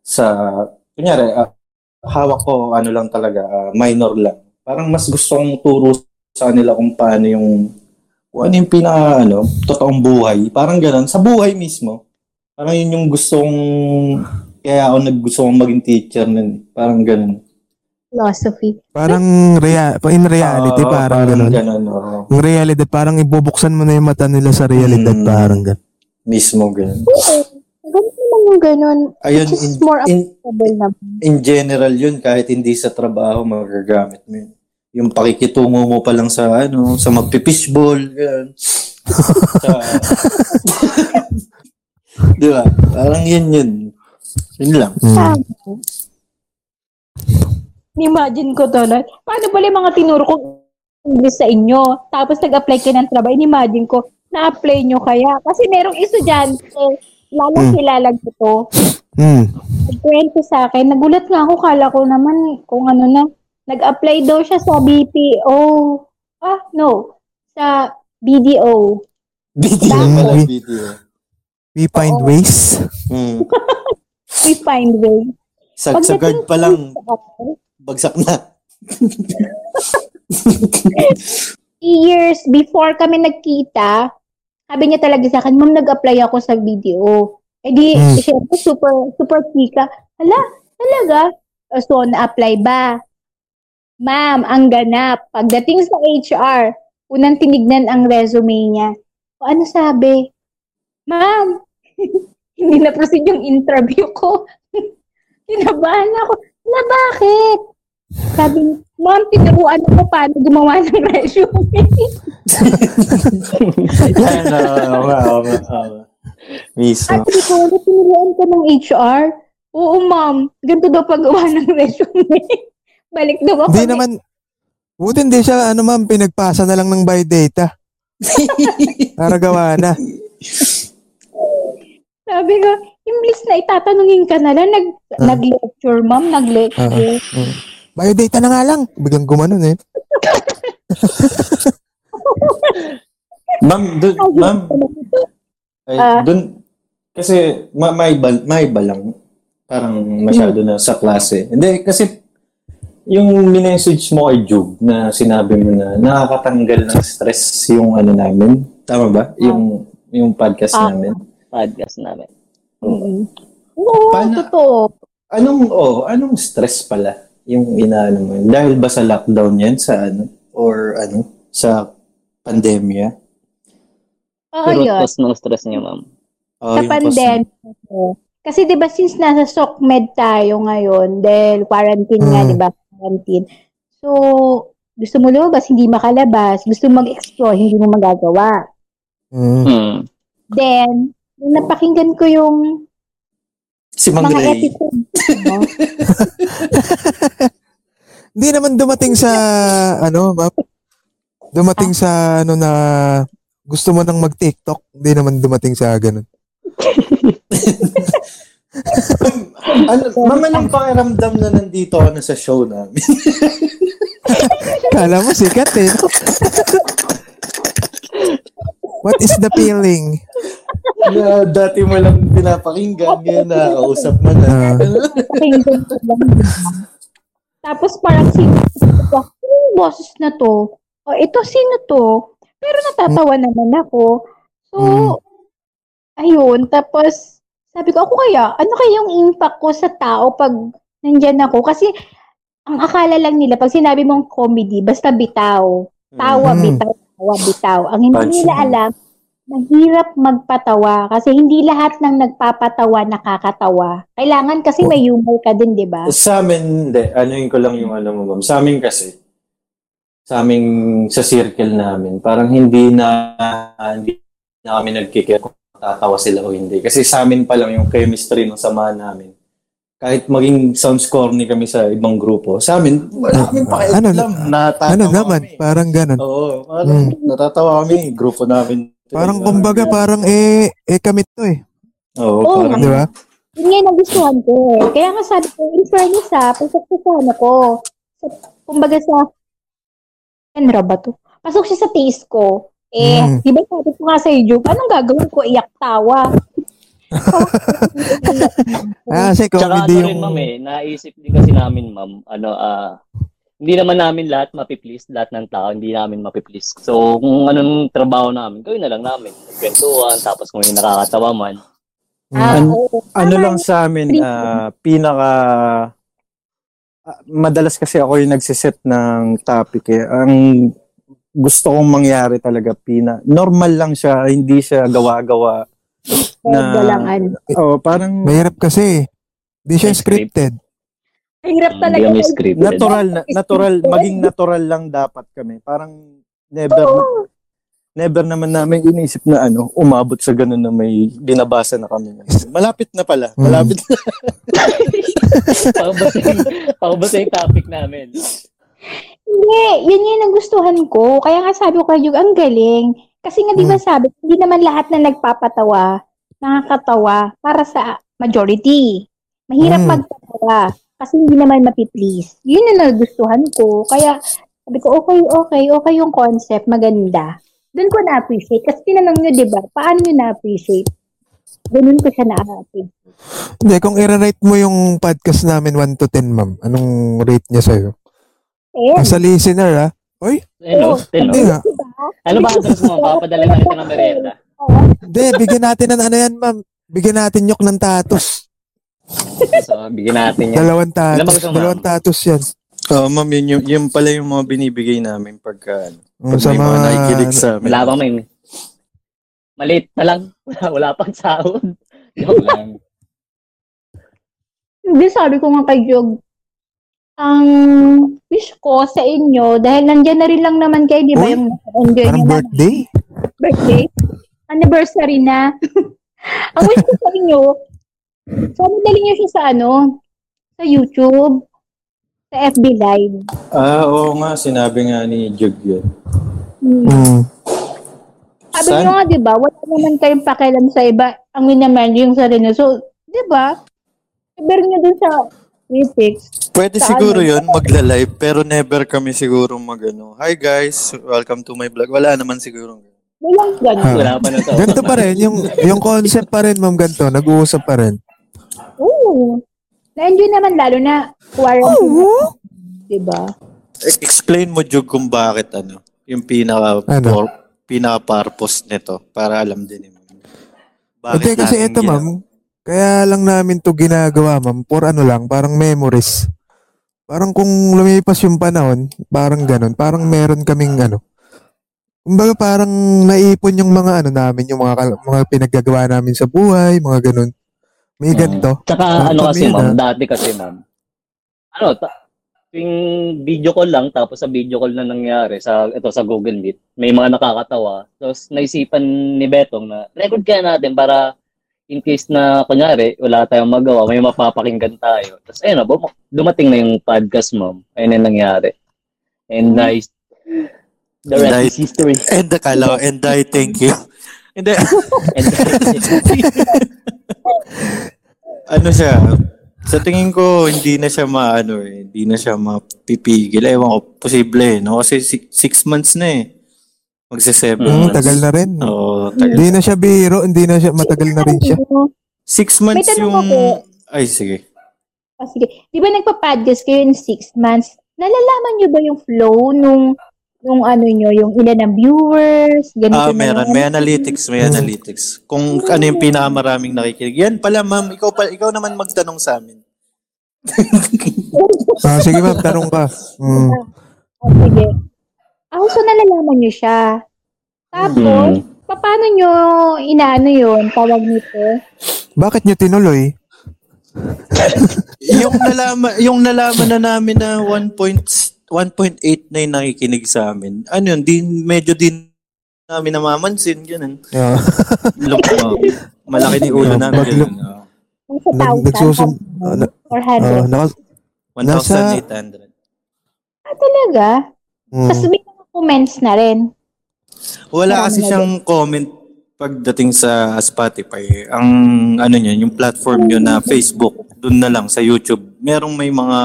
[SPEAKER 2] sa, kunyari, ah, hawak ko ano lang talaga, ah, minor lang. Parang mas gusto kong turo sa kanila kung paano yung, kung ano yung pinaka ano, totoong buhay. Parang ganun, sa buhay mismo. Parang yun yung gusto kong, kaya ako naggusto kong maging teacher nun. Parang ganun.
[SPEAKER 1] Philosophy.
[SPEAKER 3] Parang rea- in reality,
[SPEAKER 2] Oo,
[SPEAKER 3] parang
[SPEAKER 2] ganun.
[SPEAKER 3] ganun.
[SPEAKER 2] oo.
[SPEAKER 3] Yung realidad, parang ibubuksan mo na yung mata nila sa realidad,
[SPEAKER 2] Hmm.
[SPEAKER 3] parang ganun.
[SPEAKER 2] Mismo ganun.
[SPEAKER 1] Oo. Ganun naman yung ganun.
[SPEAKER 2] Ayun,
[SPEAKER 1] Which is
[SPEAKER 2] in,
[SPEAKER 1] more
[SPEAKER 2] in,
[SPEAKER 1] Sabay na.
[SPEAKER 2] in general yun, kahit hindi sa trabaho, magagamit mo yun. Yung pakikitungo mo pa lang sa, ano, sa magpipishball, ganun. sa, [laughs] di ba? Parang yun yun. Yun lang.
[SPEAKER 1] Tama.
[SPEAKER 3] Hmm.
[SPEAKER 1] Imagine ko to, no? Paano pala yung mga tinuro kong English sa inyo? Tapos nag-apply kayo ng trabaho. Imagine ko, na-apply nyo kaya? Kasi merong estudyante, lalo
[SPEAKER 3] Mm.
[SPEAKER 1] kilala ko to.
[SPEAKER 3] Hmm.
[SPEAKER 1] Nagkwento sa akin, nagulat nga ako, kala ko naman kung ano na. Nag-apply daw siya sa BPO. Ah, no. Sa BDO.
[SPEAKER 2] BTO pala,
[SPEAKER 3] Bakit?
[SPEAKER 2] BTO.
[SPEAKER 3] We find ways.
[SPEAKER 2] Mm.
[SPEAKER 1] We find way.
[SPEAKER 2] Sag, sa guard pa lang, bagsak na.
[SPEAKER 1] years before kami nagkita, sabi niya talaga sa akin, ma'am, nag-apply ako sa video. Eh di,
[SPEAKER 3] Hmm.
[SPEAKER 1] syempre, super, super chika. Hala, talaga? O, So, na-apply ba? Ma'am, ang ganap. Pagdating sa HR, unang tinignan ang resume niya. O ano sabi? Ma'am, [laughs] hindi na proceed yung interview ko. [laughs] Kinabahan ako. Na bakit? Sabi niya, ma'am, tinuruan ako paano gumawa [laughs] ng resume.
[SPEAKER 2] Ayun, oo nga, oo nga, oo nga. Mismo.
[SPEAKER 1] At sabi ko, ano, tinuruan ka ng HR? Oo, ma'am. Ganito daw paggawa [laughs] ng resume. Balik daw ako.
[SPEAKER 3] Hindi
[SPEAKER 1] na-
[SPEAKER 3] naman, buti hindi siya, ano ma'am, pinagpasa na lang ng by data. Para gawa na.
[SPEAKER 1] Sabi ko, imbis na itatanungin ka na lang, nag,
[SPEAKER 3] Ah.
[SPEAKER 1] nag-lecture, ma'am, nag-lecture.
[SPEAKER 3] By data na nga lang. Biglang gumanon eh.
[SPEAKER 2] Ma'am, dun,
[SPEAKER 1] Sabi
[SPEAKER 2] ma'am,
[SPEAKER 1] ko,
[SPEAKER 2] Ay,
[SPEAKER 1] Ah.
[SPEAKER 2] dun, kasi ma may iba, may iba lang. Parang masyado na sa klase. Hindi, kasi yung minessage mo kay Jube na sinabi mo na nakakatanggal ng stress yung ano namin. Tama ba? Yung yung podcast
[SPEAKER 1] Ah.
[SPEAKER 2] namin.
[SPEAKER 6] podcast namin.
[SPEAKER 3] Ah.
[SPEAKER 1] "Mm-mm." Oo,
[SPEAKER 2] Paano-
[SPEAKER 1] totoo.
[SPEAKER 2] Anong oh, anong stress pala? Yung inaano mo. yun? Dahil ba sa lockdown yan? Sa ano? Or ano? Sa pandemya?
[SPEAKER 1] Oo,
[SPEAKER 6] Pero
[SPEAKER 1] yun.
[SPEAKER 6] cause ng stress niya, ma'am.
[SPEAKER 2] Oh,
[SPEAKER 1] sa
[SPEAKER 2] yung
[SPEAKER 1] pandemic. oo. Kasi 'di ba since nasa SOCMED tayo ngayon dahil quarantine nga
[SPEAKER 3] Mm.
[SPEAKER 1] 'di ba quarantine. So gusto mo lumabas hindi makalabas, gusto mo mag-explore hindi mo magagawa.
[SPEAKER 3] Mm.
[SPEAKER 6] Hmm.
[SPEAKER 1] Then nung napakinggan ko yung
[SPEAKER 2] cost- Si Mang
[SPEAKER 1] mga
[SPEAKER 2] Ray.
[SPEAKER 1] episode no?
[SPEAKER 3] Hindi naman dumating sa, ano, map. Dumating sa, ano na, gusto mo nang mag-TikTok. Hindi naman dumating sa ganun.
[SPEAKER 2] ano, ma'am, anong pakiramdam na nandito ka na sa show namin?
[SPEAKER 3] Kala mo sikat eh. What is the feeling?
[SPEAKER 2] [laughs] na dati mo lang pinapakinggan, ngayon nakakausap mo na. [laughs]
[SPEAKER 3] Ah.
[SPEAKER 1] napakinggan ko lang. diba? Tapos parang sino yung boses na to? O ito sino to? Pero natatawa naman ako. So, ayun. Tapos, sabi ko, ako kaya, ano kaya yung impact ko sa tao pag nandyan ako? Kasi, ang akala lang nila, pag sinabi mong comedy, basta bitaw. Tawa,
[SPEAKER 3] Mm.
[SPEAKER 1] bitaw, tawa, bitaw. Ang hindi nila
[SPEAKER 2] Pansin.
[SPEAKER 1] alam, mahirap magpatawa kasi hindi lahat ng nagpapatawa nakakatawa. Kailangan kasi may humor ka din, di ba?
[SPEAKER 2] Sa amin, hindi. Ano yun ko lang yung alam mo, ma'am. Sa amin kasi, sa amin, sa circle namin, parang hindi na, hindi na kami nagkikita kung tatawa sila o hindi. Kasi sa amin pa lang yung chemistry ng samahan namin. Kahit maging sounds corny kami sa ibang grupo, sa amin, wala kaming pakialam.
[SPEAKER 3] Ano-
[SPEAKER 2] natatawa
[SPEAKER 6] Ah,
[SPEAKER 3] Ano naman?
[SPEAKER 2] kami.
[SPEAKER 3] Parang ganun.
[SPEAKER 2] Oo, parang
[SPEAKER 3] Hmm.
[SPEAKER 2] natatawa kami, grupo namin.
[SPEAKER 3] Parang kumbaga, parang eh, eh kami to eh.
[SPEAKER 2] Oo,
[SPEAKER 1] Oo,
[SPEAKER 6] Mm.
[SPEAKER 2] parang,
[SPEAKER 3] Di ba?
[SPEAKER 1] Yun nga yung nagustuhan ko eh. Kaya nga sabi ko, in fairness ha, pasok siya sa ano ko. Sa, kumbaga sa, genre ba to? Pasok siya sa taste ko. Eh,
[SPEAKER 3] Mm.
[SPEAKER 1] di ba sabi ko nga sa YouTube, anong gagawin ko? Iyak tawa.
[SPEAKER 3] [laughs] Ah, kasi
[SPEAKER 6] Tsaka ano
[SPEAKER 3] comedy
[SPEAKER 6] rin,
[SPEAKER 3] yung...
[SPEAKER 6] ma'am, eh, naisip din kasi namin, ma'am, ano, ah, hindi naman namin lahat mapiplease, lahat ng tao, hindi namin mapiplease. So, kung anong trabaho namin, gawin na lang namin. Kwentuhan, tapos kung yung nakakatawa man.
[SPEAKER 1] Ah,
[SPEAKER 3] mm.
[SPEAKER 2] An-
[SPEAKER 1] oo.
[SPEAKER 2] ano
[SPEAKER 1] Tama
[SPEAKER 2] lang sa amin,
[SPEAKER 1] Please.
[SPEAKER 2] ah, pinaka... ah, madalas kasi ako yung nagsiset ng topic eh. Ang gusto kong mangyari talaga, pina... Normal lang siya, hindi siya gawa-gawa.
[SPEAKER 1] yun.
[SPEAKER 2] na-
[SPEAKER 1] Walang ano.
[SPEAKER 2] Oh, parang
[SPEAKER 3] Mahirap kasi. Di siya
[SPEAKER 6] May script.
[SPEAKER 3] scripted.
[SPEAKER 1] Ang hirap
[SPEAKER 6] Hindi
[SPEAKER 1] talaga.
[SPEAKER 6] kami scripted.
[SPEAKER 2] natural, na, natural, maging natural lang dapat kami. Parang never,
[SPEAKER 1] Oo.
[SPEAKER 2] never naman namin inisip na ano, umabot sa ganun na may binabasa na kami. Malapit na pala,
[SPEAKER 3] Mm.
[SPEAKER 2] malapit na.
[SPEAKER 6] [laughs] Paubos yung, paubos yung topic namin.
[SPEAKER 1] Hindi, yun yung nagustuhan ko. Kaya nga sabi ko kayo, ang galing. Kasi nga di ba sabi, hindi naman lahat na nagpapatawa, nakakatawa para sa majority. Mahirap
[SPEAKER 3] Mm.
[SPEAKER 1] magpatawa kasi hindi naman mapiplease. Yun yung nagustuhan ko. Kaya sabi ko, okay, okay, okay yung concept, maganda. Doon ko na-appreciate. Kasi tinanong nyo, di ba, paano nyo na-appreciate? Ganun ko siya na-appreciate.
[SPEAKER 3] Hindi, kung i-rate mo yung podcast namin 1 to 10, ma'am, anong rate niya sa'yo?
[SPEAKER 1] Eh,
[SPEAKER 3] Ah, sa listener, ah.
[SPEAKER 6] Hello,
[SPEAKER 3] Hindi
[SPEAKER 6] Oh.
[SPEAKER 3] ah.
[SPEAKER 6] hello.
[SPEAKER 3] nga.
[SPEAKER 1] di ba?
[SPEAKER 6] Ano ba ang address mo? Papadala na kita ng merienda.
[SPEAKER 1] Oo.
[SPEAKER 3] Hindi, bigyan natin ng ano yan, ma'am. Bigyan natin yok ng tatos.
[SPEAKER 6] So, bigyan natin yan.
[SPEAKER 3] Dalawang
[SPEAKER 6] Ilan ba
[SPEAKER 3] tatos.
[SPEAKER 6] gusto mo, ma'am?
[SPEAKER 3] Dalawang tatos yan.
[SPEAKER 2] Oh, ma'am, yun, yun, yun pala yung mga binibigay namin pagka ano,
[SPEAKER 3] Mm,
[SPEAKER 2] pag
[SPEAKER 3] Sa
[SPEAKER 2] may mga
[SPEAKER 3] mga...
[SPEAKER 2] nakikinig sa amin.
[SPEAKER 6] Wala bang may... Maliit na lang. [laughs] Wala pang sahod. Joke lang.
[SPEAKER 1] Hindi, sabi ko nga kay Jog, ang wish ko sa inyo, dahil nandyan na rin lang naman kayo, di ba
[SPEAKER 3] Uy,
[SPEAKER 1] yung enjoy
[SPEAKER 3] Parang
[SPEAKER 1] nyo na
[SPEAKER 3] birthday.
[SPEAKER 1] birthday, anniversary na. ang wish ko sa inyo, sana dali nyo siya sa ano, sa YouTube, sa FB Live.
[SPEAKER 2] Ah, oo nga, sinabi nga ni Jug yun.
[SPEAKER 1] Hmm.
[SPEAKER 3] Mm.
[SPEAKER 1] Sabi
[SPEAKER 2] San-
[SPEAKER 1] nyo nga, di ba, wala naman kayong pakialam sa iba, ang minaman nyo yung sarili. So, di ba, sabi nyo dun sa critics,
[SPEAKER 2] Pwede
[SPEAKER 1] Saan
[SPEAKER 2] siguro
[SPEAKER 1] yun?
[SPEAKER 2] yun, magla-live, pero never kami siguro magano. Hi guys, welcome to my vlog. Wala naman siguro.
[SPEAKER 1] walang ganun.
[SPEAKER 3] Ah.
[SPEAKER 6] Wala pa na to.
[SPEAKER 3] Ganito pa rin. Yung, yung concept pa rin, ma'am, ganito. Nag-uusap pa rin.
[SPEAKER 1] Oo. Na-enjoy naman lalo na quarantine. Oo. Diba?
[SPEAKER 2] E- Explain mo, Jug, kung bakit ano, yung pinaka,
[SPEAKER 3] Ano?
[SPEAKER 2] por- pinaka-purpose nito, para alam din yun. Ah,
[SPEAKER 3] Hindi, kasi
[SPEAKER 2] natin
[SPEAKER 3] eto,
[SPEAKER 2] ginawa?
[SPEAKER 3] ma'am. Kaya lang namin to ginagawa, ma'am. For ano lang, parang memories. Parang kung lumipas yung panahon, parang ganun. Parang meron kaming ano. Kumbaga parang naipon yung mga ano namin, yung mga, kal- mga pinaggagawa namin sa buhay, mga ganun. May
[SPEAKER 6] Mm.
[SPEAKER 3] ganito.
[SPEAKER 6] Tsaka
[SPEAKER 3] Ah,
[SPEAKER 6] ano kasi
[SPEAKER 3] kami
[SPEAKER 6] ma'am, dati kasi ma'am. Ano, ta- yung video call lang tapos sa video call na nangyari sa ito sa Google Meet, may mga nakakatawa. Tapos naisipan ni Betong na record kaya natin para in case na kunyari wala tayong magawa, may mapapakinggan tayo. Tapos ayun, na, bum- dumating na yung podcast ma'am. Ayun yung nangyari.
[SPEAKER 3] Mm-hmm.
[SPEAKER 6] And nice. The rest
[SPEAKER 2] Nice.
[SPEAKER 6] is history.
[SPEAKER 2] And akala ko, and I thank you. Hindi.
[SPEAKER 6] And
[SPEAKER 3] [laughs]
[SPEAKER 2] ano siya, sa tingin ko, hindi na siya maano eh, hindi na siya mapipigil. Ewan ko, posible eh, no? Kasi si- six months na eh. Magsa seven
[SPEAKER 3] Mm,
[SPEAKER 2] months.
[SPEAKER 3] tagal na rin.
[SPEAKER 2] Oo, Hmm. Oh, tagal.
[SPEAKER 3] Hindi na siya biro, hindi na siya, matagal na rin siya.
[SPEAKER 1] Ano?
[SPEAKER 2] Six months
[SPEAKER 1] tanong
[SPEAKER 2] yung...
[SPEAKER 1] ako.
[SPEAKER 2] Ay, sige.
[SPEAKER 1] Ah, sige. Di ba nagpa-podcast kayo in six months? Nalalaman nyo ba yung flow nung nung ano nyo, yung ilan ng viewers, ganito
[SPEAKER 2] Ah,
[SPEAKER 1] na yan?
[SPEAKER 2] meron. May analytics,
[SPEAKER 3] Hmm.
[SPEAKER 2] may analytics. Kung ano yung pinakamaraming nakikinig. Yan pala, ma'am. Ikaw, pa, ikaw naman magtanong sa amin.
[SPEAKER 3] Ah, sige ma'am, tanong ka. Mm.
[SPEAKER 1] Ah, sige. Ah, so nalalaman nyo siya. Tapos,
[SPEAKER 6] Hmm.
[SPEAKER 1] paano nyo inaano yun, tawag nito?
[SPEAKER 3] Bakit nyo tinuloy?
[SPEAKER 2] yung nalaman yung nalaman na namin na 1 point- 1.8 na yung nakikinig sa amin. Ano yun, din medyo din namin namamansin ganun.
[SPEAKER 3] Yeah.
[SPEAKER 2] Look, oh, malaki ni ulo
[SPEAKER 3] Yeah,
[SPEAKER 2] namin.
[SPEAKER 3] pag
[SPEAKER 2] Ganun,
[SPEAKER 3] look-
[SPEAKER 2] oh.
[SPEAKER 1] Nasa
[SPEAKER 3] Nag-
[SPEAKER 1] thousand,
[SPEAKER 3] nagsusum-
[SPEAKER 1] thousand,
[SPEAKER 3] na-
[SPEAKER 1] or
[SPEAKER 3] Ah,
[SPEAKER 1] hundred.
[SPEAKER 3] naka-
[SPEAKER 2] 1,800.
[SPEAKER 1] ah, talaga?
[SPEAKER 3] mm.
[SPEAKER 1] Tapos may mga comments na rin.
[SPEAKER 2] Wala kasi siyang comment pagdating sa Spotify. Ang ano niya, yung platform niyo na Facebook, dun na lang sa YouTube. Merong may mga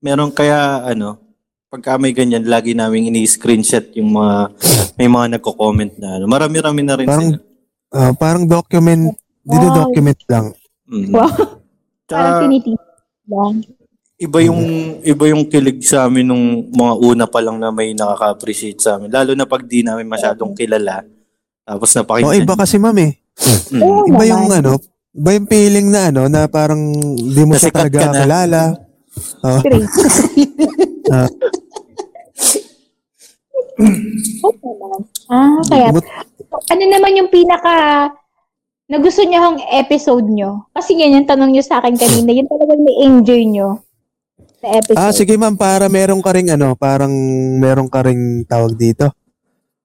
[SPEAKER 2] merong kaya ano, pagka may ganyan lagi naming ini-screenshot yung mga may mga nagko-comment na ano. Marami-rami na rin
[SPEAKER 3] Parang-
[SPEAKER 2] sila.
[SPEAKER 3] Ah, parang document,
[SPEAKER 1] Ah.
[SPEAKER 3] dino-document lang.
[SPEAKER 2] Mm.
[SPEAKER 1] Wow.
[SPEAKER 2] Tsaka,
[SPEAKER 3] Ah.
[SPEAKER 1] Parang tinitiis lang.
[SPEAKER 2] iba yung iba yung kilig sa amin nung mga una pa lang na may nakaka-appreciate sa amin. Lalo na pag di namin masyadong kilala. Tapos
[SPEAKER 3] O
[SPEAKER 2] napakinggan.
[SPEAKER 3] iba kasi ma'am eh.
[SPEAKER 2] Mm.
[SPEAKER 1] Oo
[SPEAKER 3] Iba
[SPEAKER 1] naman.
[SPEAKER 3] yung ano, iba yung feeling na ano, na parang hindi mo siya
[SPEAKER 2] Nasikat ka
[SPEAKER 3] talaga
[SPEAKER 2] na.
[SPEAKER 3] kilala. Oh,
[SPEAKER 1] Straight.
[SPEAKER 3] Ah.
[SPEAKER 1] Okay naman. Ah, kaya.
[SPEAKER 3] but-
[SPEAKER 1] Ano naman yung pinaka na gusto niyo hong episode nyo? Kasi yan yung tanong nyo sa akin kanina. Yun talagang na-enjoy nyo sa episode.
[SPEAKER 3] ah, sige ma'am, para meron ka ring ano, parang meron ka ring tawag dito.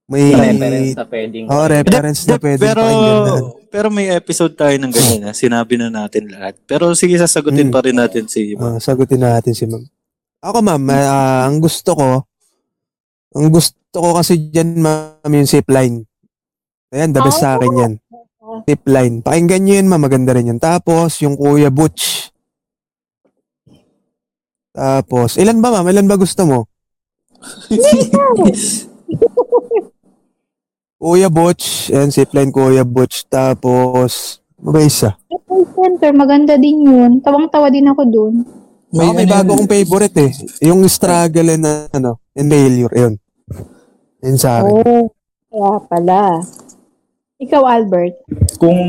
[SPEAKER 3] May
[SPEAKER 6] Reference na pwedeng.
[SPEAKER 3] Oh, reference na pwede
[SPEAKER 2] pero,
[SPEAKER 3] pakinggan na.
[SPEAKER 2] pero may episode tayo ng ganyan na sinabi na natin lahat. Pero sige, sasagutin
[SPEAKER 3] Mm.
[SPEAKER 2] pa rin natin si
[SPEAKER 3] Ah, sagutin natin si ma'am. Ako ma'am, ah, ang gusto ko, ang gusto ko kasi dyan ma'am yung zip line. Ayan, the best sa akin yan. Zip line. Pakinggan nyo yun ma'am, maganda rin yun. Tapos, yung Kuya Butch. Tapos, ilan ba ma'am? Ilan ba gusto mo? [laughs] Kuya Butch, ayan, zip line Kuya Butch. Tapos, ano ba isa?
[SPEAKER 1] Call center, maganda din yun. Tawang-tawa din ako dun.
[SPEAKER 3] May, may bago kong favorite eh. Yung struggle and uh, ano, and failure, yun. Yun sa akin.
[SPEAKER 1] Oh, kaya pala. Ikaw, Albert.
[SPEAKER 2] Kung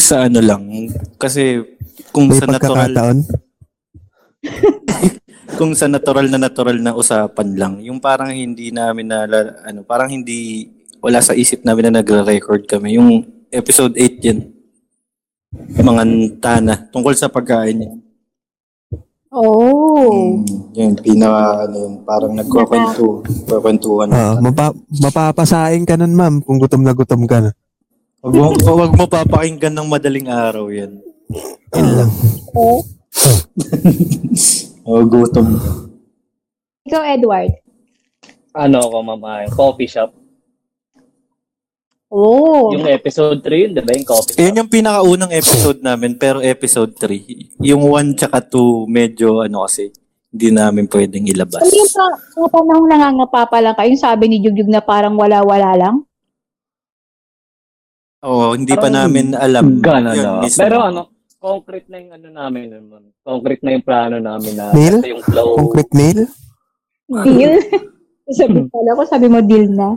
[SPEAKER 2] sa ano lang. Kasi kung
[SPEAKER 3] may
[SPEAKER 2] sa natural
[SPEAKER 3] pagkakataon.
[SPEAKER 2] kung sa natural na natural na usapan lang. Yung parang hindi namin na ano, parang hindi wala sa isip namin na nagre-record kami. Yung episode 8 yun. Mga tana tungkol sa pagkain yun.
[SPEAKER 1] Oh.
[SPEAKER 2] Mm, yun, pinaka ano yun, parang nagkukwentu, kukwentuhan.
[SPEAKER 3] Ah, mapa- mapapasain ka nun, ma'am, kung gutom na gutom ka na.
[SPEAKER 2] Wag mo, wag mo papakinggan ng madaling araw yan.
[SPEAKER 1] oh.
[SPEAKER 2] O, gutom.
[SPEAKER 1] Ikaw, Edward.
[SPEAKER 6] Ano ako ma'am, ah, yung coffee shop.
[SPEAKER 1] Oh.
[SPEAKER 6] Yung episode 3 yun, di ba? Yung coffee shop.
[SPEAKER 2] Yun yung pinakaunang episode namin, pero episode 3. Yung 1 tsaka 2, medyo ano kasi, hindi namin pwedeng ilabas.
[SPEAKER 1] Ano yung pa, mga panahon nangangapa pa lang kayo, yung sabi ni Jugjug na parang wala-wala lang?
[SPEAKER 2] Oo, hindi pa
[SPEAKER 6] Parang
[SPEAKER 2] namin alam.
[SPEAKER 6] Gano'n
[SPEAKER 2] Hmm. Yun,
[SPEAKER 6] na.
[SPEAKER 2] mismo.
[SPEAKER 6] Pero ano, concrete na yung ano namin nun, ma'am. Concrete na yung plano namin na
[SPEAKER 3] Neil?
[SPEAKER 6] ito yung flow.
[SPEAKER 3] Concrete nail?
[SPEAKER 1] Deal? Hmm. [laughs] sabi pala ko, sabi mo deal na.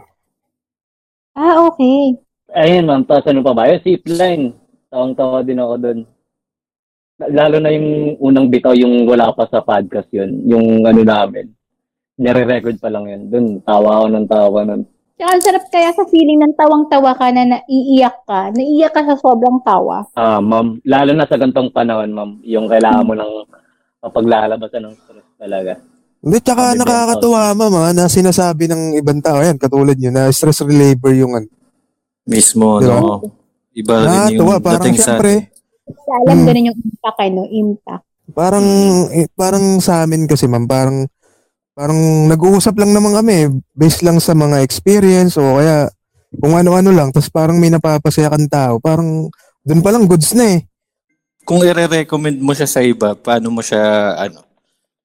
[SPEAKER 1] Ah, okay.
[SPEAKER 6] Ayun, ma'am. Tapos ano pa ba? Yung zip line. Tawang-tawa din ako dun. lalo na yung unang bitaw, yung wala pa sa podcast yun, yung ano namin, nare-record pa lang yun. Doon, tawa ako ng tawa nun.
[SPEAKER 1] Tsaka ang sarap kaya sa feeling ng tawang-tawa ka na naiiyak ka. Naiiyak ka sa sobrang tawa.
[SPEAKER 6] Ah, ma'am, lalo na sa gantong panahon, ma'am, yung kailangan mo ng paglalabasan ng stress talaga.
[SPEAKER 3] Hindi, tsaka
[SPEAKER 6] Sabi ko,
[SPEAKER 3] nakakatuwa ma'am ha, na sinasabi ng ibang tao, yan, katulad nyo, na stress reliever yung ano.
[SPEAKER 2] Mismo,
[SPEAKER 3] Diba?
[SPEAKER 2] no? Iba
[SPEAKER 3] Ah,
[SPEAKER 2] rin yung
[SPEAKER 3] tuwa, parang
[SPEAKER 2] dating sa...
[SPEAKER 3] syempre,
[SPEAKER 1] Kasi alam
[SPEAKER 3] Hmm.
[SPEAKER 1] ganun yung impact, ano, impact.
[SPEAKER 3] parang, eh, parang sa amin kasi ma'am, parang, parang nag-uusap lang naman kami, eh, based lang sa mga experience, o kaya, kung ano-ano lang, tapos parang may napapasaya kang tao, parang, dun pa lang goods na eh.
[SPEAKER 2] Kung i-recommend mo siya sa iba, paano mo siya, ano,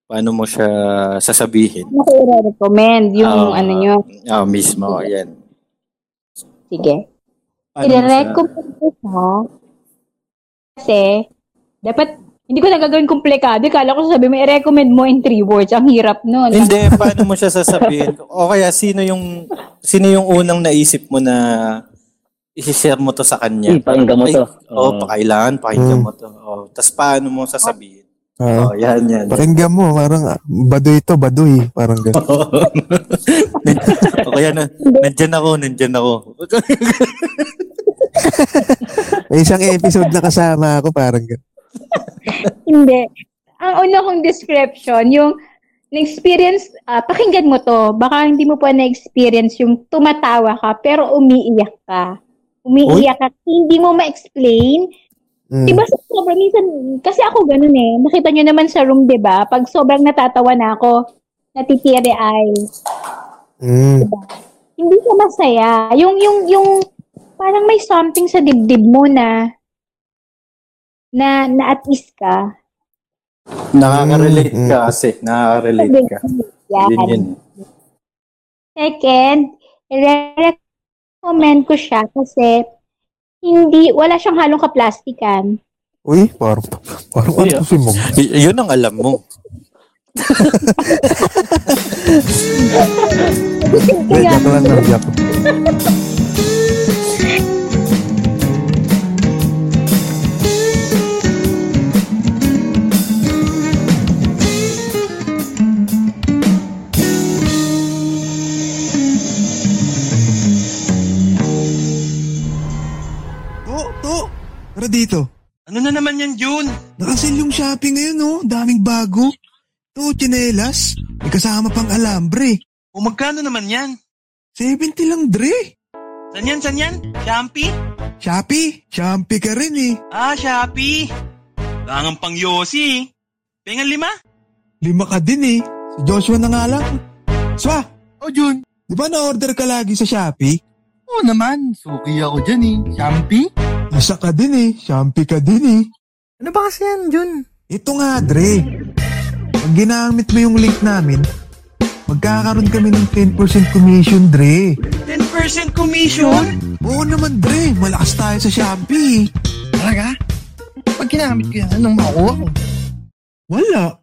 [SPEAKER 2] paano mo siya sasabihin?
[SPEAKER 1] Ano ko i-recommend yung
[SPEAKER 2] Ah,
[SPEAKER 1] ano nyo?
[SPEAKER 2] Ah, mismo, yan.
[SPEAKER 1] Sige. Ano
[SPEAKER 2] Paano mo siya-
[SPEAKER 1] I-recommend ko siya. Kasi, dapat, hindi ko nagagawin komplikado. Kala ko sabi mo, i-recommend mo in three words. Ang hirap nun.
[SPEAKER 2] Hindi, paano mo siya sasabihin? o kaya, sino yung, sino yung unang naisip mo na isi-share mo to sa kanya?
[SPEAKER 6] Hey, pakinggan mo
[SPEAKER 2] Ay,
[SPEAKER 6] to.
[SPEAKER 2] Oo, oh,
[SPEAKER 6] Oo.
[SPEAKER 2] pakailangan, pakinggan
[SPEAKER 3] Hmm.
[SPEAKER 2] mo to. Oh, Tapos paano mo sasabihin?
[SPEAKER 3] Ah.
[SPEAKER 2] Oh, yan,
[SPEAKER 3] [laughs]
[SPEAKER 2] yan.
[SPEAKER 3] Pakinggan mo, parang ah, baduy to, baduy. Parang ganun.
[SPEAKER 2] o kaya, na, nandyan ako, nandyan ako.
[SPEAKER 3] May isang episode na kasama ako, parang ganun.
[SPEAKER 1] Hindi. Ang una kong description, yung na-experience, ah, pakinggan mo to, baka hindi mo pa na-experience yung tumatawa ka pero umiiyak ka. Umiiyak ka, hindi mo ma-explain.
[SPEAKER 2] Hmm.
[SPEAKER 3] Mm.
[SPEAKER 1] Diba sa sobrang minsan, kasi ako ganun eh, nakita nyo naman sa room, diba? Pag sobrang natatawa na ako, natitiri ay,
[SPEAKER 3] Mm.
[SPEAKER 1] hindi ka masaya. Yung, yung, yung, parang may something sa dibdib mo na, na, na at least ka.
[SPEAKER 2] Nakaka-relate
[SPEAKER 3] Mm, mm.
[SPEAKER 2] ka kasi. Nakaka-relate ka.
[SPEAKER 1] Yan.
[SPEAKER 2] Yun yun.
[SPEAKER 1] Second, recommend ko siya kasi hindi, wala siyang halong kaplastikan.
[SPEAKER 3] Uy, parang, parang ano si Mom?
[SPEAKER 2] Y- yun ang alam mo.
[SPEAKER 3] Wait,
[SPEAKER 1] Kaya,
[SPEAKER 3] joke lang lang, joke. To, to! Tara dito.
[SPEAKER 7] Ano na naman yan, June?
[SPEAKER 3] Nakasil yung shopping ngayon, oh. Daming bago. To, chinelas. May kasama pang alambre.
[SPEAKER 7] O magkano naman yan?
[SPEAKER 3] 70 lang, Dre.
[SPEAKER 7] San yan, san yan? Shopee?
[SPEAKER 3] Shopee? Shopee ka rin eh.
[SPEAKER 7] Ah, Shopee. Langang pang Yossi. eh. Pengan lima?
[SPEAKER 3] Lima ka din eh. Si Joshua na nga lang. Swa! O Jun? Di ba na-order ka lagi sa Shopee?
[SPEAKER 8] Oh, Oo naman, suki ako dyan eh. Champi?
[SPEAKER 3] Isa ka din eh. Shopee ka din eh.
[SPEAKER 8] Ano ba kasi yan, Jun?
[SPEAKER 3] Ito nga, Dre. Pag ginamit mo yung link namin, magkakaroon kami ng 10% commission, Dre.
[SPEAKER 7] 10% commission?
[SPEAKER 3] Oo naman, Dre. Malakas tayo sa Shopee eh.
[SPEAKER 8] Talaga? Pag ginamit ko yan, anong makuha ko?
[SPEAKER 3] Wala.